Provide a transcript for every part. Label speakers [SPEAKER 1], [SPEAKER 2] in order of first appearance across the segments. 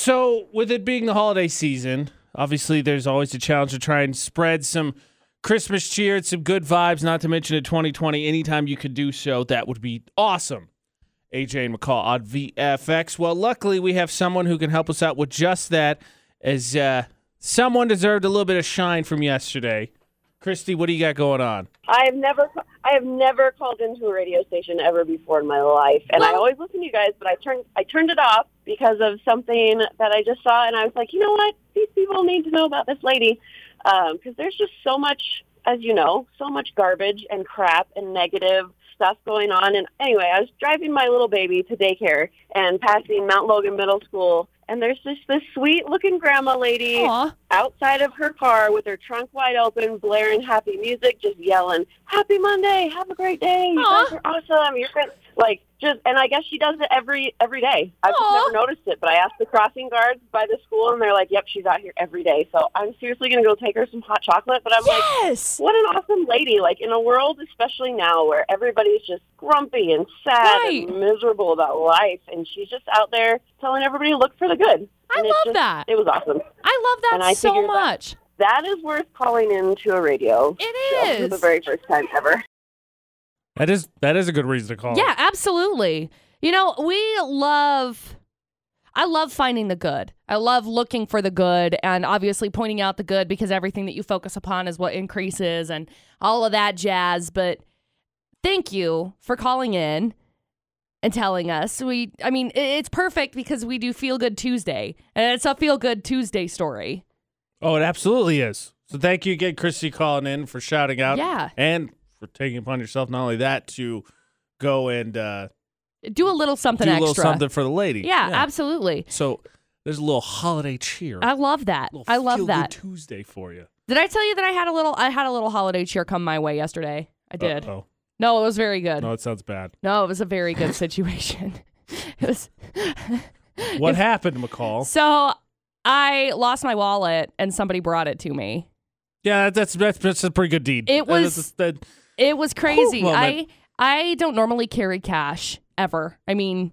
[SPEAKER 1] So, with it being the holiday season, obviously there's always a challenge to try and spread some Christmas cheer, and some good vibes, not to mention in 2020, anytime you could do so, that would be awesome. AJ and McCall on VFX. Well, luckily we have someone who can help us out with just that, as uh, someone deserved a little bit of shine from yesterday. Christy, what do you got going on?
[SPEAKER 2] I have never, I have never called into a radio station ever before in my life, and I always listen to you guys. But I turned, I turned it off because of something that I just saw, and I was like, you know what? These people need to know about this lady because there's just so much, as you know, so much garbage and crap and negative stuff going on. And anyway, I was driving my little baby to daycare and passing Mount Logan Middle School, and there's just this sweet-looking grandma lady
[SPEAKER 3] Aw.
[SPEAKER 2] outside of her car with her trunk wide open, blaring happy music, just yelling, "Happy Monday! Have a great day! You
[SPEAKER 3] Aw.
[SPEAKER 2] guys are awesome! You're great!" Like just, and I guess she does it every every day. I've just
[SPEAKER 3] Aw.
[SPEAKER 2] never noticed it, but I asked the crossing guards by the school, and they're like, "Yep, she's out here every day." So I'm seriously gonna go take her some hot chocolate. But I'm like,
[SPEAKER 3] Yes.
[SPEAKER 2] what an awesome lady! Like in a world, especially now, where everybody's just grumpy and sad
[SPEAKER 3] Right.
[SPEAKER 2] and miserable about life, and she's just out there telling everybody, "Look for the good."
[SPEAKER 3] I
[SPEAKER 2] And it
[SPEAKER 3] love
[SPEAKER 2] just-
[SPEAKER 3] that.
[SPEAKER 2] It was awesome.
[SPEAKER 3] I love
[SPEAKER 2] And
[SPEAKER 3] that
[SPEAKER 2] I
[SPEAKER 3] so
[SPEAKER 2] figured that-
[SPEAKER 3] much.
[SPEAKER 2] That is worth calling into a radio. show
[SPEAKER 3] It
[SPEAKER 2] For the
[SPEAKER 3] is.
[SPEAKER 2] very first time ever.
[SPEAKER 1] That is that is a good reason to call.
[SPEAKER 3] Yeah, absolutely. You know, we love I love finding the good. I love looking for the good and obviously pointing out the good because everything that you focus upon is what increases and all of that jazz, but thank you for calling in and telling us. We I mean, i- it's perfect because we do feel good Tuesday. And it's a feel good Tuesday story.
[SPEAKER 1] Oh, it absolutely is. So thank you again, Christy, calling in for shouting out.
[SPEAKER 3] Yeah.
[SPEAKER 1] And for taking upon yourself not only that to go and uh,
[SPEAKER 3] Do a little something
[SPEAKER 1] do a
[SPEAKER 3] extra.
[SPEAKER 1] little something for the lady.
[SPEAKER 3] yeah, absolutely.
[SPEAKER 1] So there's a little holiday cheer.
[SPEAKER 3] I love that. I love that.
[SPEAKER 1] Tuesday for you.
[SPEAKER 3] Did I tell you that I had a little I had a little holiday cheer come my way yesterday? I did.
[SPEAKER 1] Oh
[SPEAKER 3] No, it was very good.
[SPEAKER 1] no, it sounds bad.
[SPEAKER 3] No, it was a very good situation. it was
[SPEAKER 1] What happened, McCall?
[SPEAKER 3] So I lost my wallet and somebody brought it to me.
[SPEAKER 1] Yeah, that's that's, that's a pretty good deed.
[SPEAKER 3] It
[SPEAKER 1] Uh, that's-
[SPEAKER 3] was-
[SPEAKER 1] that-
[SPEAKER 3] It was crazy.
[SPEAKER 1] moment.
[SPEAKER 3] I I don't normally carry cash ever. I mean,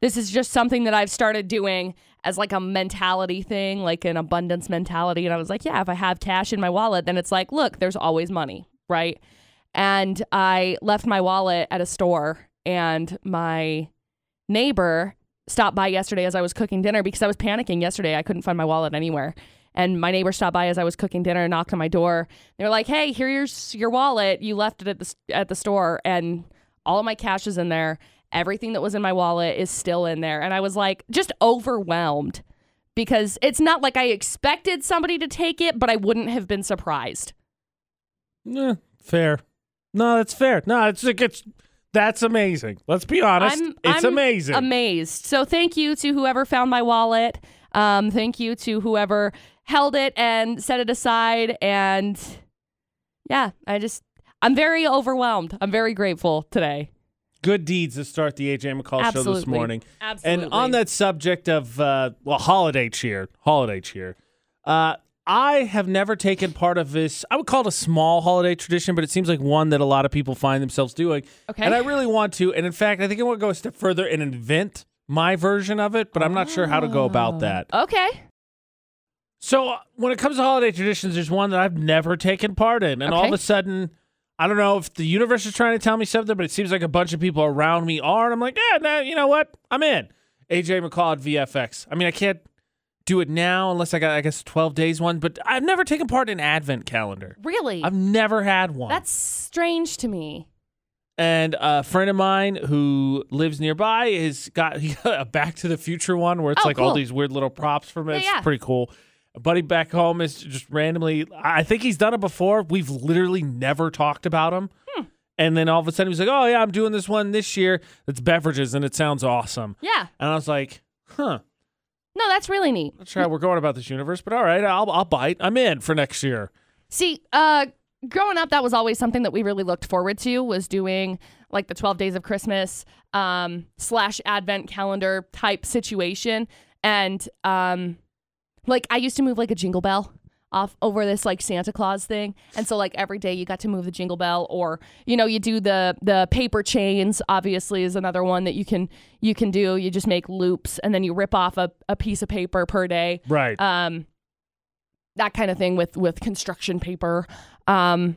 [SPEAKER 3] this is just something that I've started doing as like a mentality thing, like an abundance mentality. And I was like, yeah, if I have cash in my wallet, then it's like, look, there's always money, right? And I left my wallet at a store, and my neighbor stopped by yesterday as I was cooking dinner because I was panicking yesterday. I couldn't find my wallet anywhere. And my neighbor stopped by as I was cooking dinner and knocked on my door. They were like, "Hey, here's your wallet. You left it at the s- at the store, and all of my cash is in there. Everything that was in my wallet is still in there." And I was like, just overwhelmed because it's not like I expected somebody to take it, but I wouldn't have been surprised.
[SPEAKER 1] eh, fair. No, that's fair. No, it's like it's that's amazing. Let's be honest.
[SPEAKER 3] I'm,
[SPEAKER 1] it's
[SPEAKER 3] I'm
[SPEAKER 1] amazing.
[SPEAKER 3] Amazed. So thank you to whoever found my wallet. Um, thank you to whoever held it and set it aside. And yeah, I just I'm very overwhelmed. I'm very grateful today.
[SPEAKER 1] good deeds to start the AJ McCall show this
[SPEAKER 3] Absolutely.
[SPEAKER 1] morning.
[SPEAKER 3] Absolutely.
[SPEAKER 1] And on that subject of uh, well, holiday cheer, holiday cheer. Uh, I have never taken part of this. I would call it a small holiday tradition, but it seems like one that a lot of people find themselves doing.
[SPEAKER 3] Okay.
[SPEAKER 1] And I really want to. And in fact, I think I want to go a step further and invent my version of it, but I'm not sure how to go
[SPEAKER 3] Oh.
[SPEAKER 1] about that.
[SPEAKER 3] Okay.
[SPEAKER 1] So uh, when it comes to holiday traditions, there's one that I've never taken part in, and all of
[SPEAKER 3] Okay.
[SPEAKER 1] a sudden, I don't know if the universe is trying to tell me something, but it seems like a bunch of people around me are, and I'm like, yeah, nah, you know what? I'm in. AJ McCall at VFX. I mean, I can't do it now unless I got, I guess, 12 days one, but I've never taken part in Advent calendar.
[SPEAKER 3] Really?
[SPEAKER 1] I've never had one.
[SPEAKER 3] That's strange to me.
[SPEAKER 1] and a friend of mine who lives nearby has got, he got a Back to the Future one where it's
[SPEAKER 3] Oh,
[SPEAKER 1] like all
[SPEAKER 3] cool.
[SPEAKER 1] these weird little props from it.
[SPEAKER 3] Yeah,
[SPEAKER 1] it's
[SPEAKER 3] yeah.
[SPEAKER 1] pretty cool. A buddy back home is just randomly. I I think he's done it before. We've literally never talked about him.
[SPEAKER 3] Hmm.
[SPEAKER 1] And then all of a sudden he's like, "Oh yeah, I'm doing this one this year. It's beverages and it sounds awesome."
[SPEAKER 3] Yeah.
[SPEAKER 1] And I was like, "Huh,
[SPEAKER 3] No, that's really neat.
[SPEAKER 1] not sure how we're going about this universe, but all right, I'll I'll bite. I'm in for next year."
[SPEAKER 3] See, uh, growing up, that was always something that we really looked forward to was doing like the 12 days of Christmas um, slash Advent calendar type situation. And um, like I used to move like a jingle bell off over this like Santa Claus thing. And so like every day you got to move the jingle bell or you know you do the the paper chains obviously is another one that you can you can do. You just make loops and then you rip off a, a piece of paper per day.
[SPEAKER 1] Right.
[SPEAKER 3] Um that kind of thing with with construction paper. Um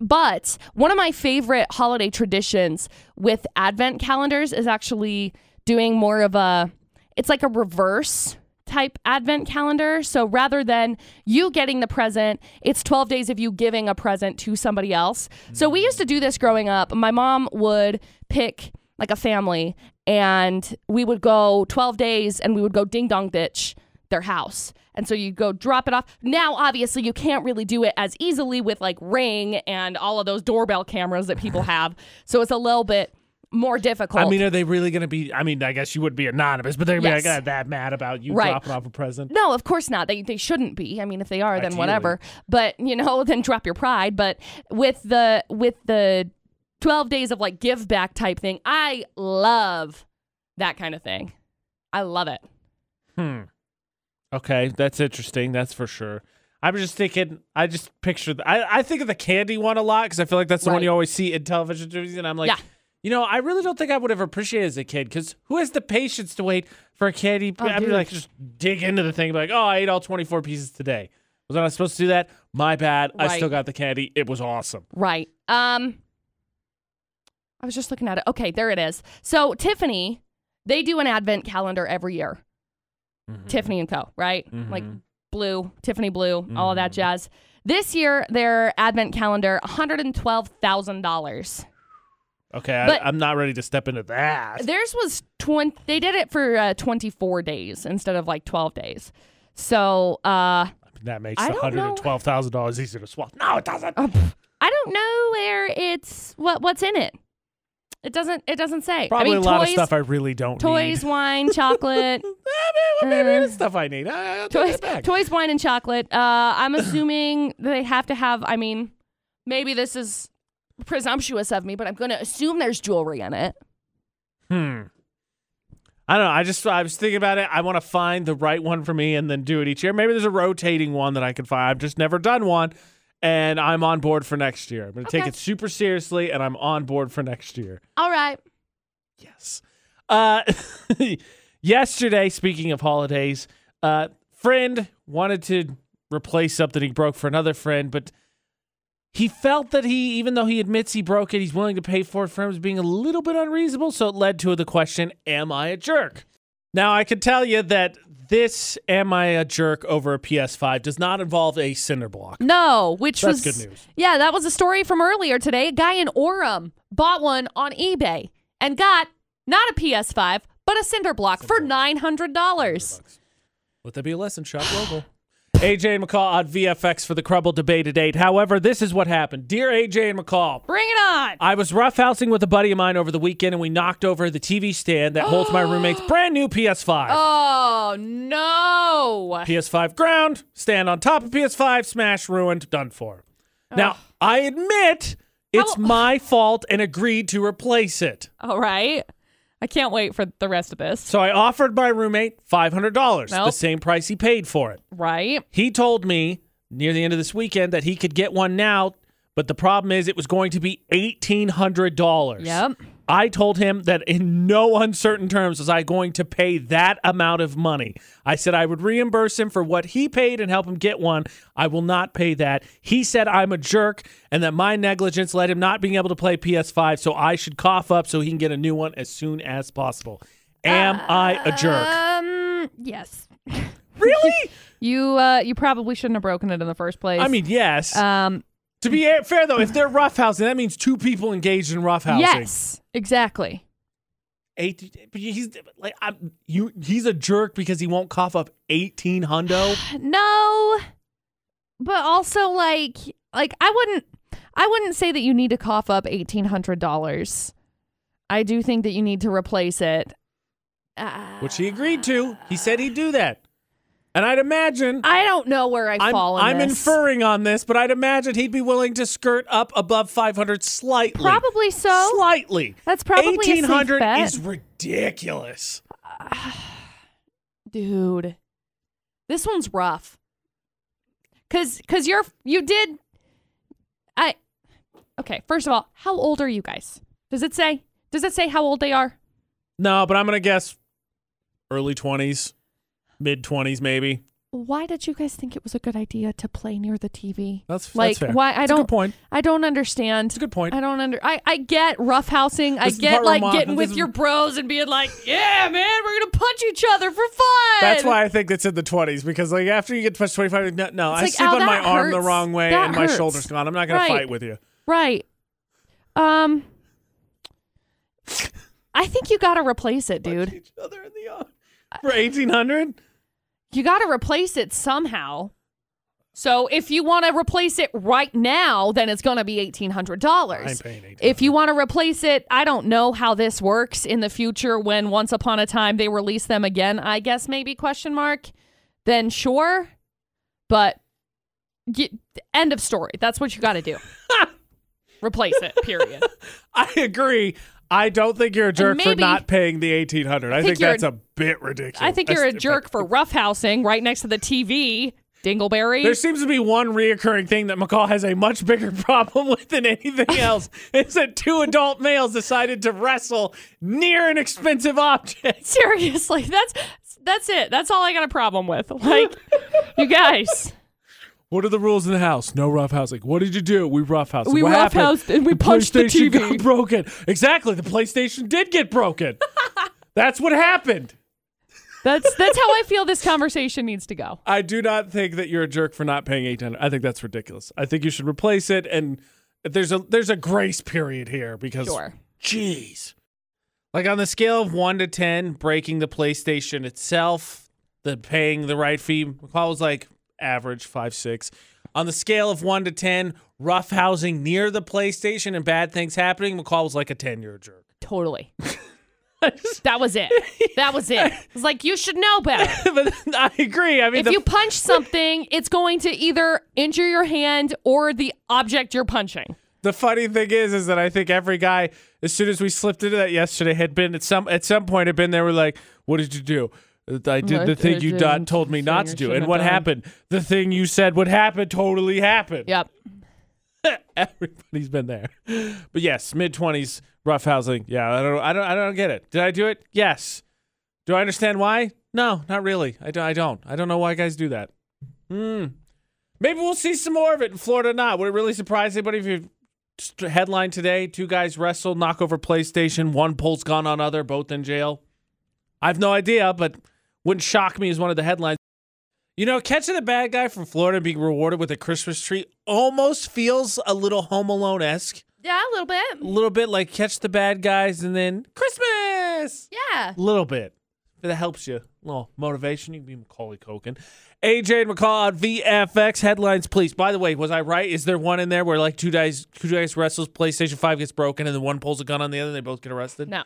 [SPEAKER 3] but one of my favorite holiday traditions with advent calendars is actually doing more of a it's like a reverse type advent calendar. So rather than you getting the present, it's 12 days of you giving a present to somebody else. So we used to do this growing up. My mom would pick like a family and we would go 12 days and we would go ding dong ditch their house. And so you go drop it off. Now, obviously, you can't really do it as easily with like Ring and all of those doorbell cameras that people have. So it's a little bit more difficult.
[SPEAKER 1] I mean, are they really going to be? I mean, I guess you would be anonymous, but they're going to
[SPEAKER 3] Yes.
[SPEAKER 1] be like, "Ah, that mad about you
[SPEAKER 3] Right.
[SPEAKER 1] dropping off a present.
[SPEAKER 3] No, of course not. They they shouldn't be. I mean, if they are, then
[SPEAKER 1] Ideally.
[SPEAKER 3] whatever. But you know, then drop your pride. But with the with the twelve days of like give back type thing, I love that kind of thing. I love it.
[SPEAKER 1] Hmm. Okay, that's interesting. That's for sure. I'm just thinking. I just picture. The, I I think of the candy one a lot because I feel like that's the one
[SPEAKER 3] Right.
[SPEAKER 1] you always see in television movies, and I'm like.
[SPEAKER 3] Yeah.
[SPEAKER 1] You know, I really don't think I would have appreciated it as a kid because who has the patience to wait for a candy?
[SPEAKER 3] Oh,
[SPEAKER 1] I'd be
[SPEAKER 3] dude.
[SPEAKER 1] like, just dig into the thing, be like, oh, I ate all 24 pieces today. Was I not supposed to do that? My bad. I
[SPEAKER 3] Right.
[SPEAKER 1] still got the candy. It was awesome.
[SPEAKER 3] Right. Um I was just looking at it. Okay, there it is. So Tiffany, they do an advent calendar every year.
[SPEAKER 1] Mm-hmm.
[SPEAKER 3] Tiffany and Co., right? Like blue, Tiffany blue, all of that
[SPEAKER 1] Mm-hmm.
[SPEAKER 3] jazz. This year their advent calendar $112,000.
[SPEAKER 1] Okay,
[SPEAKER 3] But-
[SPEAKER 1] I, I'm not ready to step into that.
[SPEAKER 3] Theirs was 20 they did it for uh, 24 days instead of like 12 days. So, uh
[SPEAKER 1] That makes
[SPEAKER 3] I
[SPEAKER 1] one
[SPEAKER 3] don't
[SPEAKER 1] hundred
[SPEAKER 3] know.
[SPEAKER 1] and twelve thousand dollars easier to swallow. No, it doesn't.
[SPEAKER 3] uh, pff, I don't know where it's what what's in it. It doesn't it doesn't say.
[SPEAKER 1] Probably
[SPEAKER 3] I mean,
[SPEAKER 1] a lot
[SPEAKER 3] toys,
[SPEAKER 1] of stuff I really don't
[SPEAKER 3] toys,
[SPEAKER 1] need.
[SPEAKER 3] wine, chocolate,
[SPEAKER 1] Eh, maybe, maybe
[SPEAKER 3] Uh,
[SPEAKER 1] it's stuff I need. I, I'll take
[SPEAKER 3] toys,
[SPEAKER 1] that back.
[SPEAKER 3] toys, wine, and chocolate. Uh, I'm assuming they have to have. I mean, maybe this is presumptuous of me, but I'm going to assume there's jewelry in it.
[SPEAKER 1] hmm. I don't know. I just I was thinking about it. I want to find the right one for me and then do it each year. Maybe there's a rotating one that I can find. I've just never done one, and I'm on board for next year. I'm gonna take
[SPEAKER 3] Okay.
[SPEAKER 1] it super seriously, and I'm on board for next year.
[SPEAKER 3] All right.
[SPEAKER 1] Yes. Uh, yesterday, speaking of holidays, uh, friend wanted to replace something he broke for another friend, but he felt that he, even though he admits he broke it, he's willing to pay for it for him as being a little bit unreasonable. So it led to the question, "Am I a jerk?" Now I can tell you that this "Am I a jerk?" over a PS5 does not involve a cinder block.
[SPEAKER 3] No, which
[SPEAKER 1] That's
[SPEAKER 3] was
[SPEAKER 1] good news.
[SPEAKER 3] Yeah, that was a story from earlier today. A guy in Orem bought one on eBay and got not a PS5, but a cinder block for nine hundred dollars.
[SPEAKER 1] Let that be a lesson, shop local. AJ and McCall on VFX for the Crumble debate at 8. However, this is what happened. Dear AJ and McCall,
[SPEAKER 3] Bring it on!
[SPEAKER 1] I was roughhousing with a buddy of mine over the weekend and we knocked over the TV stand that holds my roommate's brand new PS5.
[SPEAKER 3] Oh no!
[SPEAKER 1] PS5 ground, stand on top of PS5, smash, ruined, done for. Now, I admit it's
[SPEAKER 3] How-
[SPEAKER 1] my fault and agreed to replace it.
[SPEAKER 3] All right. I can't wait for the rest of this.
[SPEAKER 1] So I offered my roommate $500, the
[SPEAKER 3] Nope.
[SPEAKER 1] same price he paid for it.
[SPEAKER 3] Right?
[SPEAKER 1] He told me near the end of this weekend that he could get one now, but the problem is it was going to be $1,800.
[SPEAKER 3] Yep.
[SPEAKER 1] I told him that in no uncertain terms was I going to pay that amount of money. I said I would reimburse him for what he paid and help him get one. I will not pay that. He said I'm a jerk and that my negligence led him not being able to play PS5, so I should cough up so he can get a new one as soon as possible. Am I a jerk?
[SPEAKER 3] Um. Yes.
[SPEAKER 1] Really?
[SPEAKER 3] You. Uh. You probably shouldn't have broken it in the first place.
[SPEAKER 1] I mean, yes.
[SPEAKER 3] Um.
[SPEAKER 1] To be a- fair though, if they're roughhousing, that means two people engaged in roughhousing.
[SPEAKER 3] Yes. Exactly.
[SPEAKER 1] Eight, but he's like, I'm, you. He's a jerk because he won't cough up eighteen hundo.
[SPEAKER 3] No. But also, like, like I wouldn't. I wouldn't say that you need to cough up eighteen hundred dollars. I do think that you need to replace it. Uh,
[SPEAKER 1] which he agreed to. He said he'd do that. And I'd imagine
[SPEAKER 3] I don't know where I
[SPEAKER 1] I'm,
[SPEAKER 3] fall. In
[SPEAKER 1] I'm
[SPEAKER 3] this.
[SPEAKER 1] inferring on this, but I'd imagine he'd be willing to skirt up above 500 slightly.
[SPEAKER 3] Probably so.
[SPEAKER 1] Slightly.
[SPEAKER 3] That's probably a safe
[SPEAKER 1] 1800
[SPEAKER 3] bet.
[SPEAKER 1] is ridiculous.
[SPEAKER 3] Dude, this one's rough. Cause cause you're you did I Okay, first of all, how old are you guys? Does it say? Does it say how old they are?
[SPEAKER 1] No, but I'm gonna guess early twenties, mid twenties, maybe.
[SPEAKER 3] Why did you guys think it was a good idea to play near the TV?
[SPEAKER 1] That's that's
[SPEAKER 3] like
[SPEAKER 1] fair.
[SPEAKER 3] why I
[SPEAKER 1] That's a
[SPEAKER 3] don't
[SPEAKER 1] good point.
[SPEAKER 3] I don't understand. It's
[SPEAKER 1] a good point.
[SPEAKER 3] I don't under I, I get roughhousing. I
[SPEAKER 1] This is the
[SPEAKER 3] get
[SPEAKER 1] part where
[SPEAKER 3] like
[SPEAKER 1] I'm-
[SPEAKER 3] getting
[SPEAKER 1] this
[SPEAKER 3] with
[SPEAKER 1] is-
[SPEAKER 3] your bros and being like, Yeah, man, we're gonna punch each other for fun.
[SPEAKER 1] That's why I think it's in the twenties because like after you get to twenty five, no, no I
[SPEAKER 3] like,
[SPEAKER 1] sleep
[SPEAKER 3] ow,
[SPEAKER 1] on my
[SPEAKER 3] that
[SPEAKER 1] arm the
[SPEAKER 3] hurts.
[SPEAKER 1] wrong way
[SPEAKER 3] That
[SPEAKER 1] and my
[SPEAKER 3] hurts.
[SPEAKER 1] shoulder's gone. I'm not gonna
[SPEAKER 3] Right.
[SPEAKER 1] fight with you.
[SPEAKER 3] Right. Um I think you gotta replace it, dude.
[SPEAKER 1] Punch each other in the arm for eighteen hundred.
[SPEAKER 3] you got to replace it somehow. So if you want to replace it right now, then it's going to be eighteen hundred
[SPEAKER 1] I'm
[SPEAKER 3] dollars.
[SPEAKER 1] paying eighteen.
[SPEAKER 3] If you want to replace it, I don't know how this works in the future. When once upon a time they release them again, I guess maybe question mark. Then sure, but y end of story. That's what you got to do. replace it. Period.
[SPEAKER 1] I agree. I don't think you're a jerk for
[SPEAKER 3] maybe-
[SPEAKER 1] not paying the eighteen hundred. I,
[SPEAKER 3] think
[SPEAKER 1] think,
[SPEAKER 3] you're
[SPEAKER 1] that's
[SPEAKER 3] a-
[SPEAKER 1] a bit ridiculous.
[SPEAKER 3] I think you're a
[SPEAKER 1] That's-
[SPEAKER 3] jerk for roughhousing right next to the TV, Dingleberry.
[SPEAKER 1] There seems to be one reoccurring thing that McCall has a much bigger problem with than anything else. is that two adult males decided to wrestle near an expensive object.
[SPEAKER 3] Seriously, that's that's it. That's all I got a problem with. Like, you guys,
[SPEAKER 1] What are the rules in the house? No roughhousing. What did you do? We roughhoused.
[SPEAKER 3] We
[SPEAKER 1] What happened?
[SPEAKER 3] roughhoused and we punched the
[SPEAKER 1] PlayStation
[SPEAKER 3] TV.
[SPEAKER 1] Got broken. Exactly. The PlayStation did get broken. That's what happened.
[SPEAKER 3] that's that's how I feel this conversation needs to go.
[SPEAKER 1] I do not think that you're a jerk for not paying eight hundred. I think that's ridiculous. I think you should replace it. And there's a there's a grace period here because
[SPEAKER 3] Sure.
[SPEAKER 1] Jeez. Like on the scale of one to ten, breaking the PlayStation itself, the paying the right fee, McCall was like average five six. On the scale of one to ten, rough housing near the PlayStation and bad things happening, McCall was like a ten year jerk.
[SPEAKER 3] Totally. that was it. That was it. It's like you should know better.
[SPEAKER 1] but I agree. I mean,
[SPEAKER 3] If
[SPEAKER 1] the-
[SPEAKER 3] you punch something, it's going to either injure your hand or the object you're punching.
[SPEAKER 1] The funny thing is, is that I think every guy, as soon as we slipped into that yesterday, had been at some at some point had been there. We're like, "What did you do? Uh, I did
[SPEAKER 3] I
[SPEAKER 1] the thing you
[SPEAKER 3] did
[SPEAKER 1] done told me
[SPEAKER 3] thing
[SPEAKER 1] not
[SPEAKER 3] I
[SPEAKER 1] to do,
[SPEAKER 3] shouldn't
[SPEAKER 1] and
[SPEAKER 3] have
[SPEAKER 1] what
[SPEAKER 3] done."
[SPEAKER 1] happened? The thing you said would happen totally happened.
[SPEAKER 3] Yep.
[SPEAKER 1] everybody's been there. But yes, mid twenties, rough housing. Yeah, I don't, I don't, I don't get it. Did I do it? Yes. Do I understand why? No, not really. I, do, I don't. I don't know why guys do that. Hmm. Maybe we'll see some more of it in Florida. or Not would it really surprise anybody if you just headline today: two guys wrestle, knock over PlayStation, one pulls gun on other, both in jail. I've no idea, but wouldn't shock me as one of the headlines. You know, catching a bad guy from Florida and being rewarded with a Christmas tree almost feels a little Home Alone esque.
[SPEAKER 3] Yeah, a little
[SPEAKER 1] A
[SPEAKER 3] bit.
[SPEAKER 1] little bit like catch the bad guys and then Christmas.
[SPEAKER 3] Yeah.
[SPEAKER 1] A little bit. But that helps you. A little motivation. You can be Macaulay Culkin. AJ and McCall on VFX headlines, please. By the way, was I right? Is there one in there where like two guys two guys wrestles, PlayStation Five gets broken, and then one pulls a gun on the other, and they both get arrested?
[SPEAKER 3] No.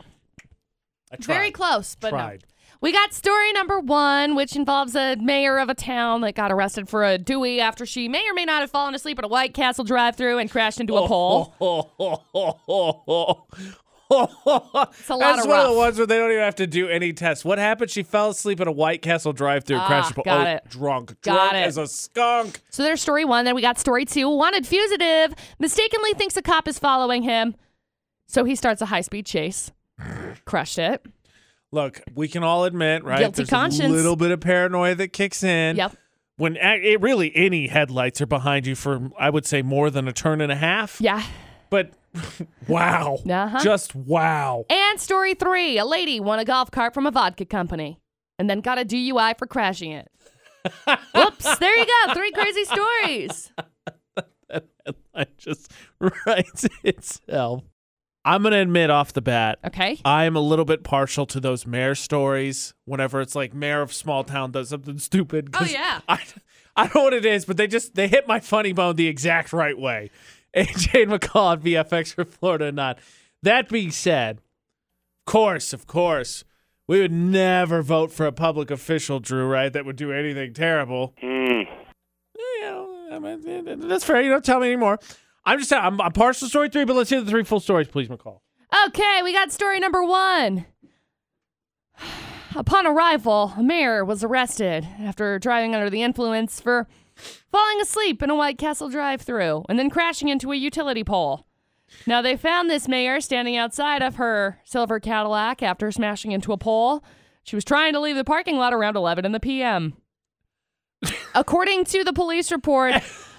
[SPEAKER 1] I tried.
[SPEAKER 3] Very close, but no.
[SPEAKER 1] Tried.
[SPEAKER 3] We got story number one, which involves a mayor of a town that got arrested for a Dewey after she may or may not have fallen asleep at a White Castle drive through and crashed into a
[SPEAKER 1] Oh.
[SPEAKER 3] pole.
[SPEAKER 1] It's
[SPEAKER 3] a lot
[SPEAKER 1] That's
[SPEAKER 3] of
[SPEAKER 1] one of
[SPEAKER 3] rough.
[SPEAKER 1] the ones where they don't even have to do any tests. What happened? She fell asleep at a White Castle drive-through,
[SPEAKER 3] Ah,
[SPEAKER 1] crashed.
[SPEAKER 3] got
[SPEAKER 1] oh,
[SPEAKER 3] it.
[SPEAKER 1] Drunk,
[SPEAKER 3] Got
[SPEAKER 1] drunk
[SPEAKER 3] it.
[SPEAKER 1] as a skunk.
[SPEAKER 3] So there's story one. Then we got story two. Wanted fugitive mistakenly thinks a cop is following him. So he starts a high speed chase. Crushed it.
[SPEAKER 1] Look, we can all admit, right?
[SPEAKER 3] Guilty
[SPEAKER 1] there's A
[SPEAKER 3] conscience.
[SPEAKER 1] little bit of paranoia that kicks in.
[SPEAKER 3] Yep.
[SPEAKER 1] When a- it really any headlights are behind you for, I would say more than a turn and a half.
[SPEAKER 3] Yeah.
[SPEAKER 1] But wow,
[SPEAKER 3] Uh-huh.
[SPEAKER 1] just wow.
[SPEAKER 3] And story three a lady won a golf cart from a vodka company and then got a DUI for crashing it. Whoops. There you go. Three crazy stories.
[SPEAKER 1] I just writes itself. um, I'm gonna admit off the bat,
[SPEAKER 3] Okay.
[SPEAKER 1] I am a little bit partial to those mayor stories. Whenever it's like mayor of small town does something stupid. 'cause
[SPEAKER 3] Oh, yeah.
[SPEAKER 1] I, I don't know what it is, but they just they hit my funny bone the exact right way. AJ and McCall at VFX for Florida or not. That being said, of course, of course, we would never vote for a public official, Drew. Right? That would do anything terrible. Eh, You know, I mean, eh, that's fair. You don't tell me anymore. I'm just I'm, I'm partial to story three, but let's hear the three full stories, please, McCall.
[SPEAKER 3] Okay, we got story number one. Upon arrival, a mayor was arrested after driving under the influence for falling asleep in a White Castle drive through and then crashing into a utility pole. Now, they found this mayor standing outside of her silver Cadillac after smashing into a pole. She was trying to leave the parking lot around 11 in the p.m. According to the police report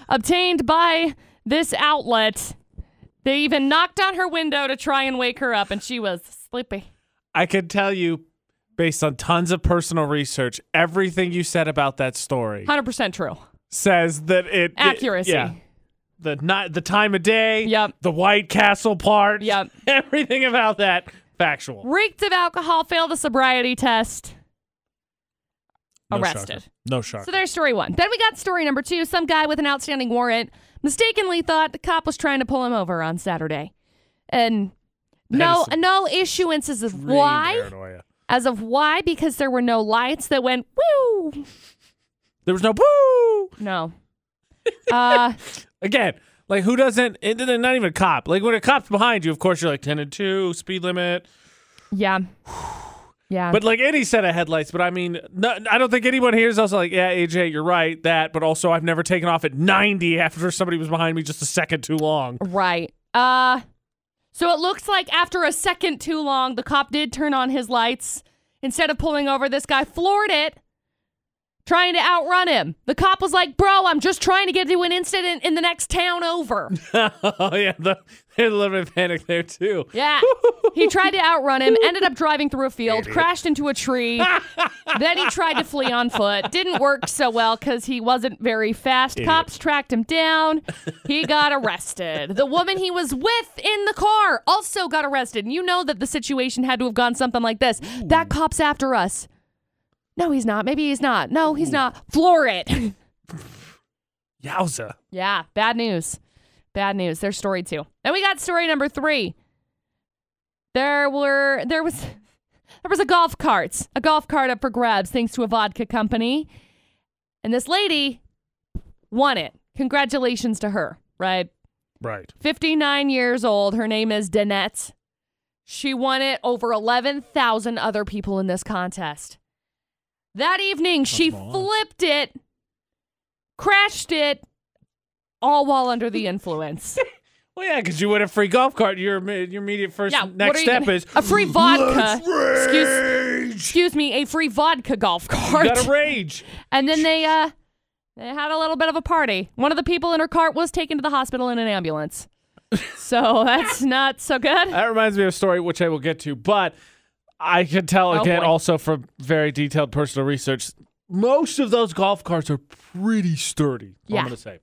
[SPEAKER 3] obtained by this outlet, they even knocked on her window to try and wake her up, and she was sleepy.
[SPEAKER 1] I can tell you, based on tons of personal research, everything you said about that story
[SPEAKER 3] 100% true.
[SPEAKER 1] says that it it-
[SPEAKER 3] Accuracy.
[SPEAKER 1] yeah. The not the time of day.
[SPEAKER 3] Yep.
[SPEAKER 1] The White Castle part.
[SPEAKER 3] Yep.
[SPEAKER 1] Everything about that factual.
[SPEAKER 3] Reeked of alcohol, failed a sobriety test.
[SPEAKER 1] No shocker.
[SPEAKER 3] Arrested.
[SPEAKER 1] No shock.
[SPEAKER 3] So there's story one. Then we got story number two. Some guy with an outstanding warrant mistakenly thought the cop was trying to pull him over on Saturday, and no,
[SPEAKER 1] That is
[SPEAKER 3] no issuances of why.
[SPEAKER 1] Paranoia.
[SPEAKER 3] As of why, because there were no lights that went woo.
[SPEAKER 1] There was no boo
[SPEAKER 3] No. Uh,
[SPEAKER 1] again. Like who doesn't? And then not even a cop. Like when a cop's behind you, of course you're like ten and two, speed limit.
[SPEAKER 3] yeah. Yeah.
[SPEAKER 1] But like any set of headlights. But I mean, no, I don't think anyone here is also like, yeah, AJ, you're right that. But also, I've never taken off at ninety after somebody was behind me just a second too long.
[SPEAKER 3] Right. Uh so it looks like after a second too long, the cop did turn on his lights. Instead of pulling over, this guy floored it, trying to outrun him. The cop was like, Bro, I'm just trying to get to an incident in the next town over.
[SPEAKER 1] oh yeah, the, there's a little bit of panic there too.
[SPEAKER 3] Yeah. he tried to outrun him, ended up driving through a field, crashed into a tree. then he tried to flee on foot. Didn't work so well because he wasn't very fast. Cops tracked him down. He got arrested. the woman he was with in the car also got arrested. And you know that the situation had to have gone something like this That cop's after us. No, he's not. Maybe he's not. No, he's not. Floor it.
[SPEAKER 1] Yowza.
[SPEAKER 3] Yeah, bad news. Bad news. There's story two. Then we got story number three. There were there was there was a golf cart. A golf cart up for grabs thanks to a vodka company. And this lady won it. Congratulations to her, right?
[SPEAKER 1] Right.
[SPEAKER 3] 59 years old. Her name is Danette. She won it over 11,000 other people in this contest. That evening, she
[SPEAKER 1] my.
[SPEAKER 3] flipped it, crashed it, all while under the influence.
[SPEAKER 1] Well, yeah, because you win a free golf cart. Your imme- your immediate first
[SPEAKER 3] yeah, what
[SPEAKER 1] next
[SPEAKER 3] are you
[SPEAKER 1] step
[SPEAKER 3] gonna-
[SPEAKER 1] is
[SPEAKER 3] a free vodka.
[SPEAKER 1] Let's
[SPEAKER 3] Excuse-
[SPEAKER 1] rage.
[SPEAKER 3] Excuse me, a free vodka golf cart.
[SPEAKER 1] You gotta rage.
[SPEAKER 3] and then they uh, they had a little bit of a party. One of the people in her cart was taken to the hospital in an ambulance. So that's not so good.
[SPEAKER 1] That reminds me of a story which I will get to, but I can tell
[SPEAKER 3] Oh,
[SPEAKER 1] again
[SPEAKER 3] boy.
[SPEAKER 1] also from very detailed personal research. Most of those golf carts are pretty sturdy. is what
[SPEAKER 3] Yeah.
[SPEAKER 1] I'm gonna say.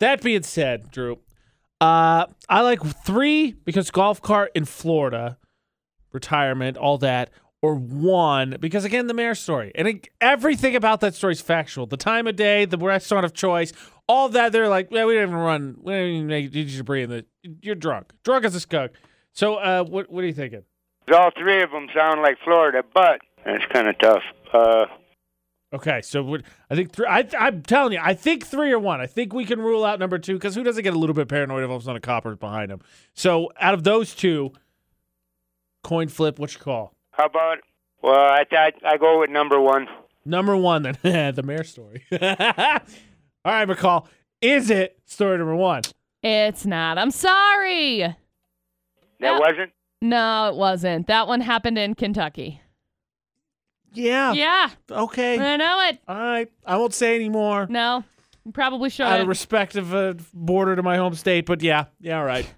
[SPEAKER 1] That being said, Drew, uh, I like three because golf cart in Florida, retirement, all that, or one because again the mayor's story and it, everything about that story is factual. The time of day, the restaurant of choice, all that. They're like, yeah, we didn't even run. We didn't even make did you debris in the. You're drunk, drunk as a skunk. So, uh, what what are you thinking?
[SPEAKER 4] All three of them sound like Florida, but that's kind of tough. Uh,
[SPEAKER 1] Okay, so what- I think three. I, I'm telling you, I think three or one. I think we can rule out number two because who doesn't get a little bit paranoid if all of a sudden a copper's behind him? So out of those two, coin flip, what you call
[SPEAKER 4] how about? Well, I I, I go with number one.
[SPEAKER 1] number one? Then the mayor story. all right, McCall, is it story number one?
[SPEAKER 3] It's not. I'm sorry.
[SPEAKER 4] That
[SPEAKER 3] Yeah.
[SPEAKER 4] wasn't.
[SPEAKER 3] No, it wasn't. That one happened in Kentucky.
[SPEAKER 1] Yeah.
[SPEAKER 3] Yeah,
[SPEAKER 1] Okay.
[SPEAKER 3] I know it.
[SPEAKER 1] All right. I won't say anymore.
[SPEAKER 3] No, you probably
[SPEAKER 1] out of
[SPEAKER 3] shouldn't.
[SPEAKER 1] respect of a border to my home state, but yeah, yeah, all right.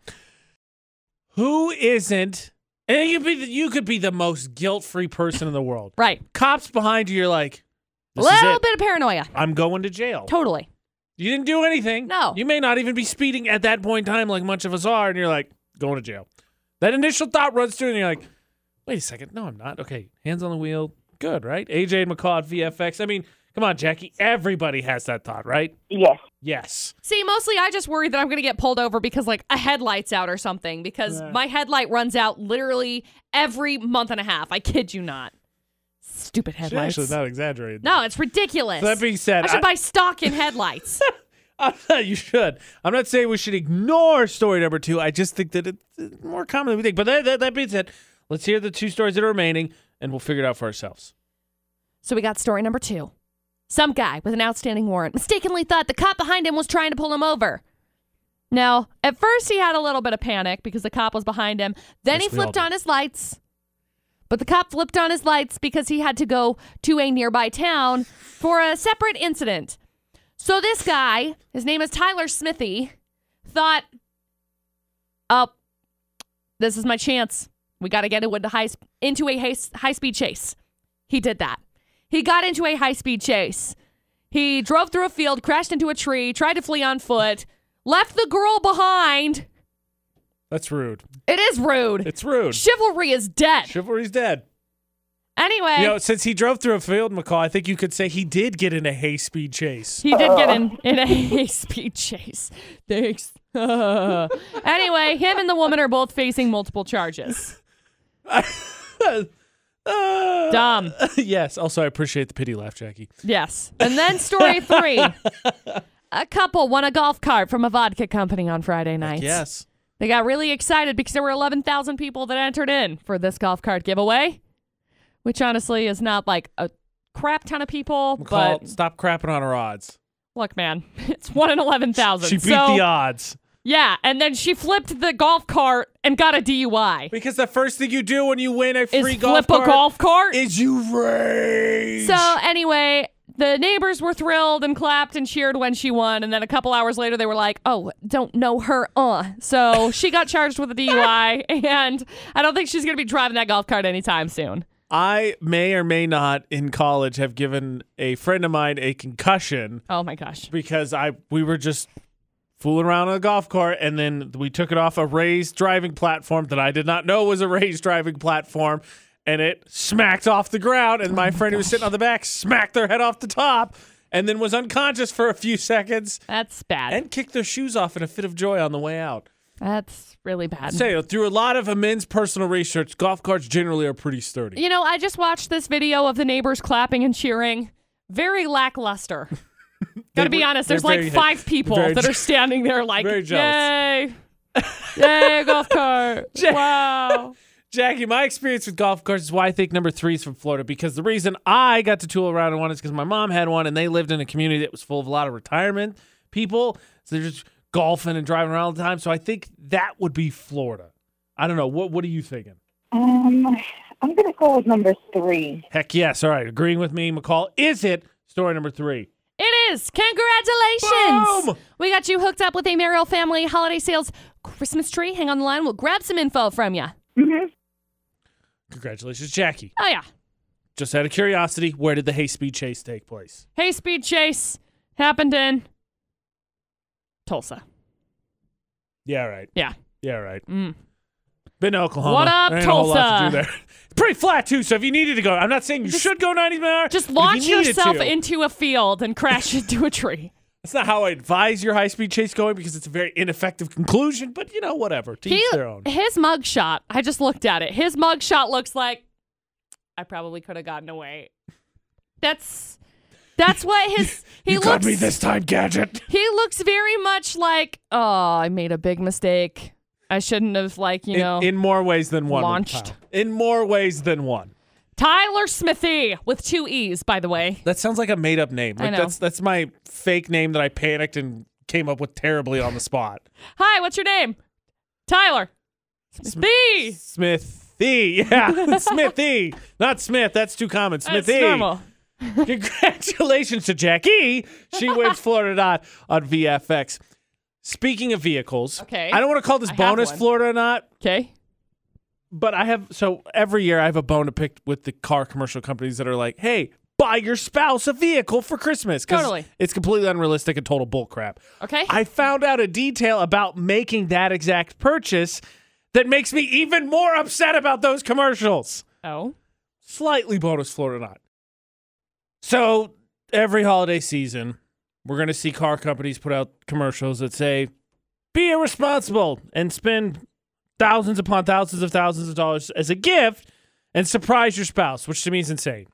[SPEAKER 1] Who isn't? And you could be the, you could be the most guilt free person in the world.
[SPEAKER 3] right.
[SPEAKER 1] Cops behind you, you're like,
[SPEAKER 3] A
[SPEAKER 1] this is
[SPEAKER 3] little
[SPEAKER 1] it.
[SPEAKER 3] bit of paranoia.
[SPEAKER 1] I'm going to jail.
[SPEAKER 3] Totally.
[SPEAKER 1] You didn't do anything.
[SPEAKER 3] No.
[SPEAKER 1] You may not even be speeding at that point in time, like much of us are, and you're like, going to jail. That initial thought runs through, and you're like, wait a second. No, I'm not. Okay. Hands on the wheel. Good, right? AJ and McCall at VFX. I mean, come on, Jackie. Everybody has that thought, right?
[SPEAKER 2] Yes.
[SPEAKER 1] Yes.
[SPEAKER 3] See, mostly I just worry that I'm going to get pulled over because, like, a headlight's out or something because my headlight runs out literally every month and a half. I kid you not. Stupid headlights.
[SPEAKER 1] exaggerated.
[SPEAKER 3] no, it's ridiculous.
[SPEAKER 1] So that being said,
[SPEAKER 3] I should
[SPEAKER 1] I-
[SPEAKER 3] buy stock in headlights.
[SPEAKER 1] I'm not- you should. I'm not saying we should ignore story number two. I just think that it's more common than we think. But that, that, that being said, let's hear the two stories that are remaining, and we'll figure it out for ourselves.
[SPEAKER 3] So we got story number two. Some guy with an outstanding warrant mistakenly thought the cop behind him was trying to pull him over. Now, at first, he had a little bit of panic because the cop was behind him. Then
[SPEAKER 1] Yes,
[SPEAKER 3] he
[SPEAKER 1] we all
[SPEAKER 3] flipped
[SPEAKER 1] do.
[SPEAKER 3] on his lights. But the cop flipped on his lights because he had to go to a nearby town for a separate incident. So this guy, his name is Tyler Smithy, thought, oh, this is my chance. We got to get into high, into a high, high speed chase. He did that. He got into a high speed chase. He drove through a field, crashed into a tree, tried to flee on foot, left the girl behind.
[SPEAKER 1] That's rude.
[SPEAKER 3] It is rude.
[SPEAKER 1] It's rude.
[SPEAKER 3] Chivalry is dead.
[SPEAKER 1] Chivalry's dead.
[SPEAKER 3] Anyway,
[SPEAKER 1] You know, since he drove through a field, McCall, I think you could say he did get in a hay speed chase.
[SPEAKER 3] he did get in, in a high speed chase. Thanks. anyway, him and the woman are both facing multiple charges.
[SPEAKER 1] Uh,
[SPEAKER 3] Dumb.
[SPEAKER 1] yes. Also, I appreciate the pity laugh, Jackie.
[SPEAKER 3] Yes. And then story three. A couple won a golf cart from a vodka company on Friday night.
[SPEAKER 1] Yes.
[SPEAKER 3] They got really excited because there were 11,000 people that entered in for this golf cart giveaway, which honestly is not like a crap ton of people,
[SPEAKER 1] McCall,
[SPEAKER 3] but
[SPEAKER 1] stop crapping on her odds.
[SPEAKER 3] look, man, it's one in 11,000.
[SPEAKER 1] She beat
[SPEAKER 3] so,
[SPEAKER 1] the uh, odds.
[SPEAKER 3] Yeah, and then she flipped the golf cart and got a DUI.
[SPEAKER 1] Because the first thing you do when you win a
[SPEAKER 3] Is
[SPEAKER 1] free golf
[SPEAKER 3] flip
[SPEAKER 1] cart
[SPEAKER 3] a golf cart?
[SPEAKER 1] is you rage.
[SPEAKER 3] So anyway, the neighbors were thrilled and clapped and cheered when she won, and then a couple hours later they were like, "Oh, don't know her, uh." So she got charged with a DUI, and I don't think she's gonna be driving that golf cart anytime soon.
[SPEAKER 1] I may or may not in college have given a friend of mine a concussion
[SPEAKER 3] Oh my gosh!
[SPEAKER 1] because I we were just fooling around on a golf cart and then we took it off a raised driving platform that I did not know was a raised driving platform and it smacked off the ground and my friend who was sitting on the back smacked their head off the top and then was unconscious for a few seconds
[SPEAKER 3] That's bad.
[SPEAKER 1] and kicked their shoes off in a fit of joy on the way out.
[SPEAKER 3] That's really bad.
[SPEAKER 1] Say through a lot of immense personal research, golf carts generally are pretty sturdy.
[SPEAKER 3] you know, I just watched this video of the neighbors clapping and cheering. Very lackluster. Gotta be
[SPEAKER 1] were-
[SPEAKER 3] honest, there's
[SPEAKER 1] they're
[SPEAKER 3] like
[SPEAKER 1] very-
[SPEAKER 3] five people
[SPEAKER 1] very
[SPEAKER 3] that
[SPEAKER 1] je-
[SPEAKER 3] are standing there like,
[SPEAKER 1] very
[SPEAKER 3] yay, yay, golf cart, wow.
[SPEAKER 1] Jackie, my experience with golf carts is why I think number three is from Florida because the reason I got to tool around in one is because my mom had one and they lived in a community that was full of a lot of retirement people. So they're just golfing and driving around all the time. So I think that would be Florida. I don't know. What What are you thinking?
[SPEAKER 5] Um, I'm gonna go with number three.
[SPEAKER 1] Heck yes. All right. Agreeing with me, McCall. Is it story number three?
[SPEAKER 3] It is. Congratulations.
[SPEAKER 1] Boom.
[SPEAKER 3] We got you hooked up with a Merrill Family Holiday Sales Christmas tree. Hang on the line. We'll grab some info from you.
[SPEAKER 1] Congratulations, Jackie.
[SPEAKER 3] Oh, yeah.
[SPEAKER 1] Just out of curiosity, where did the hay speed chase take place?
[SPEAKER 3] Hey, Speed Chase happened in Tulsa.
[SPEAKER 1] Yeah, right.
[SPEAKER 3] Yeah.
[SPEAKER 1] Yeah, right.
[SPEAKER 3] Mm.
[SPEAKER 1] Been to Oklahoma.
[SPEAKER 3] What up,
[SPEAKER 1] There ain't a whole lot to do
[SPEAKER 3] Tulsa?
[SPEAKER 1] there. It's Pretty flat too. So if you needed to go, I'm not saying you
[SPEAKER 3] Just-
[SPEAKER 1] should go 90 miles an hour. but
[SPEAKER 3] Just
[SPEAKER 1] if you
[SPEAKER 3] launch
[SPEAKER 1] needed
[SPEAKER 3] yourself
[SPEAKER 1] to-
[SPEAKER 3] into a field and crash into a tree.
[SPEAKER 1] That's not how I advise your high speed chase going because it's a very ineffective conclusion. But you know, whatever. To
[SPEAKER 3] He-
[SPEAKER 1] each their own.
[SPEAKER 3] His mugshot, I just looked at it. His mugshot looks like I probably could have gotten away. That's that's what his he
[SPEAKER 1] you
[SPEAKER 3] looks
[SPEAKER 1] got me this time, gadget.
[SPEAKER 3] He looks very much like, oh, I made a big mistake. I shouldn't have, like, you
[SPEAKER 1] In-
[SPEAKER 3] know.
[SPEAKER 1] in, more ways than one.
[SPEAKER 3] launched.
[SPEAKER 1] Kyle. In more ways than one.
[SPEAKER 3] Tyler Smithy with two E's, by the way.
[SPEAKER 1] That sounds like a made up name.
[SPEAKER 3] I
[SPEAKER 1] Like
[SPEAKER 3] know.
[SPEAKER 1] That's that's my fake name that I panicked and came up with terribly on the spot.
[SPEAKER 3] Hi, what's your name? Tyler. Smithy.
[SPEAKER 1] Smithy. Yeah, Smithy. Not Smith. That's too common.
[SPEAKER 3] That's
[SPEAKER 1] Smithy.
[SPEAKER 3] normal.
[SPEAKER 1] Congratulations to Jackie. She wins Florida Not on VFX. Speaking of vehicles,
[SPEAKER 3] Okay.
[SPEAKER 1] I don't want to call this
[SPEAKER 3] I have
[SPEAKER 1] bonus
[SPEAKER 3] one.
[SPEAKER 1] Florida or Not,
[SPEAKER 3] Okay.
[SPEAKER 1] but I have so every year I have a bone to pick with the car commercial companies that are like, "Hey, buy your spouse a vehicle for Christmas." 'cause
[SPEAKER 3] Totally.
[SPEAKER 1] It's completely unrealistic and total bull crap.
[SPEAKER 3] Okay.
[SPEAKER 1] I found out a detail about making that exact purchase that makes me even more upset about those commercials
[SPEAKER 3] oh.
[SPEAKER 1] slightly bonus Florida not. So every holiday season, we're going to see car companies put out commercials that say, "Be irresponsible and spend thousands upon thousands of thousands of dollars as a gift and surprise your spouse," which to me is insane.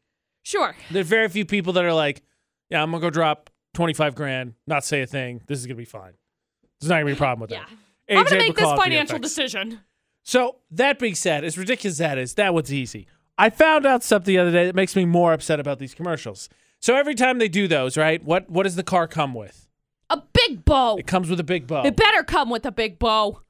[SPEAKER 3] Sure.
[SPEAKER 1] There are very few people that are like, "Yeah, I'm gonna go drop twenty five grand, not say a thing. This is gonna be fine. There's not gonna be a problem with
[SPEAKER 3] Yeah.
[SPEAKER 1] that."
[SPEAKER 3] I'm
[SPEAKER 1] AJ
[SPEAKER 3] going to make this
[SPEAKER 1] McCall at
[SPEAKER 3] financial
[SPEAKER 1] VFX.
[SPEAKER 3] decision.
[SPEAKER 1] So that being said, as ridiculous as that is, that one's easy. I found out something the other day that makes me more upset about these commercials. So every time they do those, right? What what does the car come with?
[SPEAKER 3] A big bow.
[SPEAKER 1] It comes with a big bow.
[SPEAKER 3] It better come with a Oh. big bow.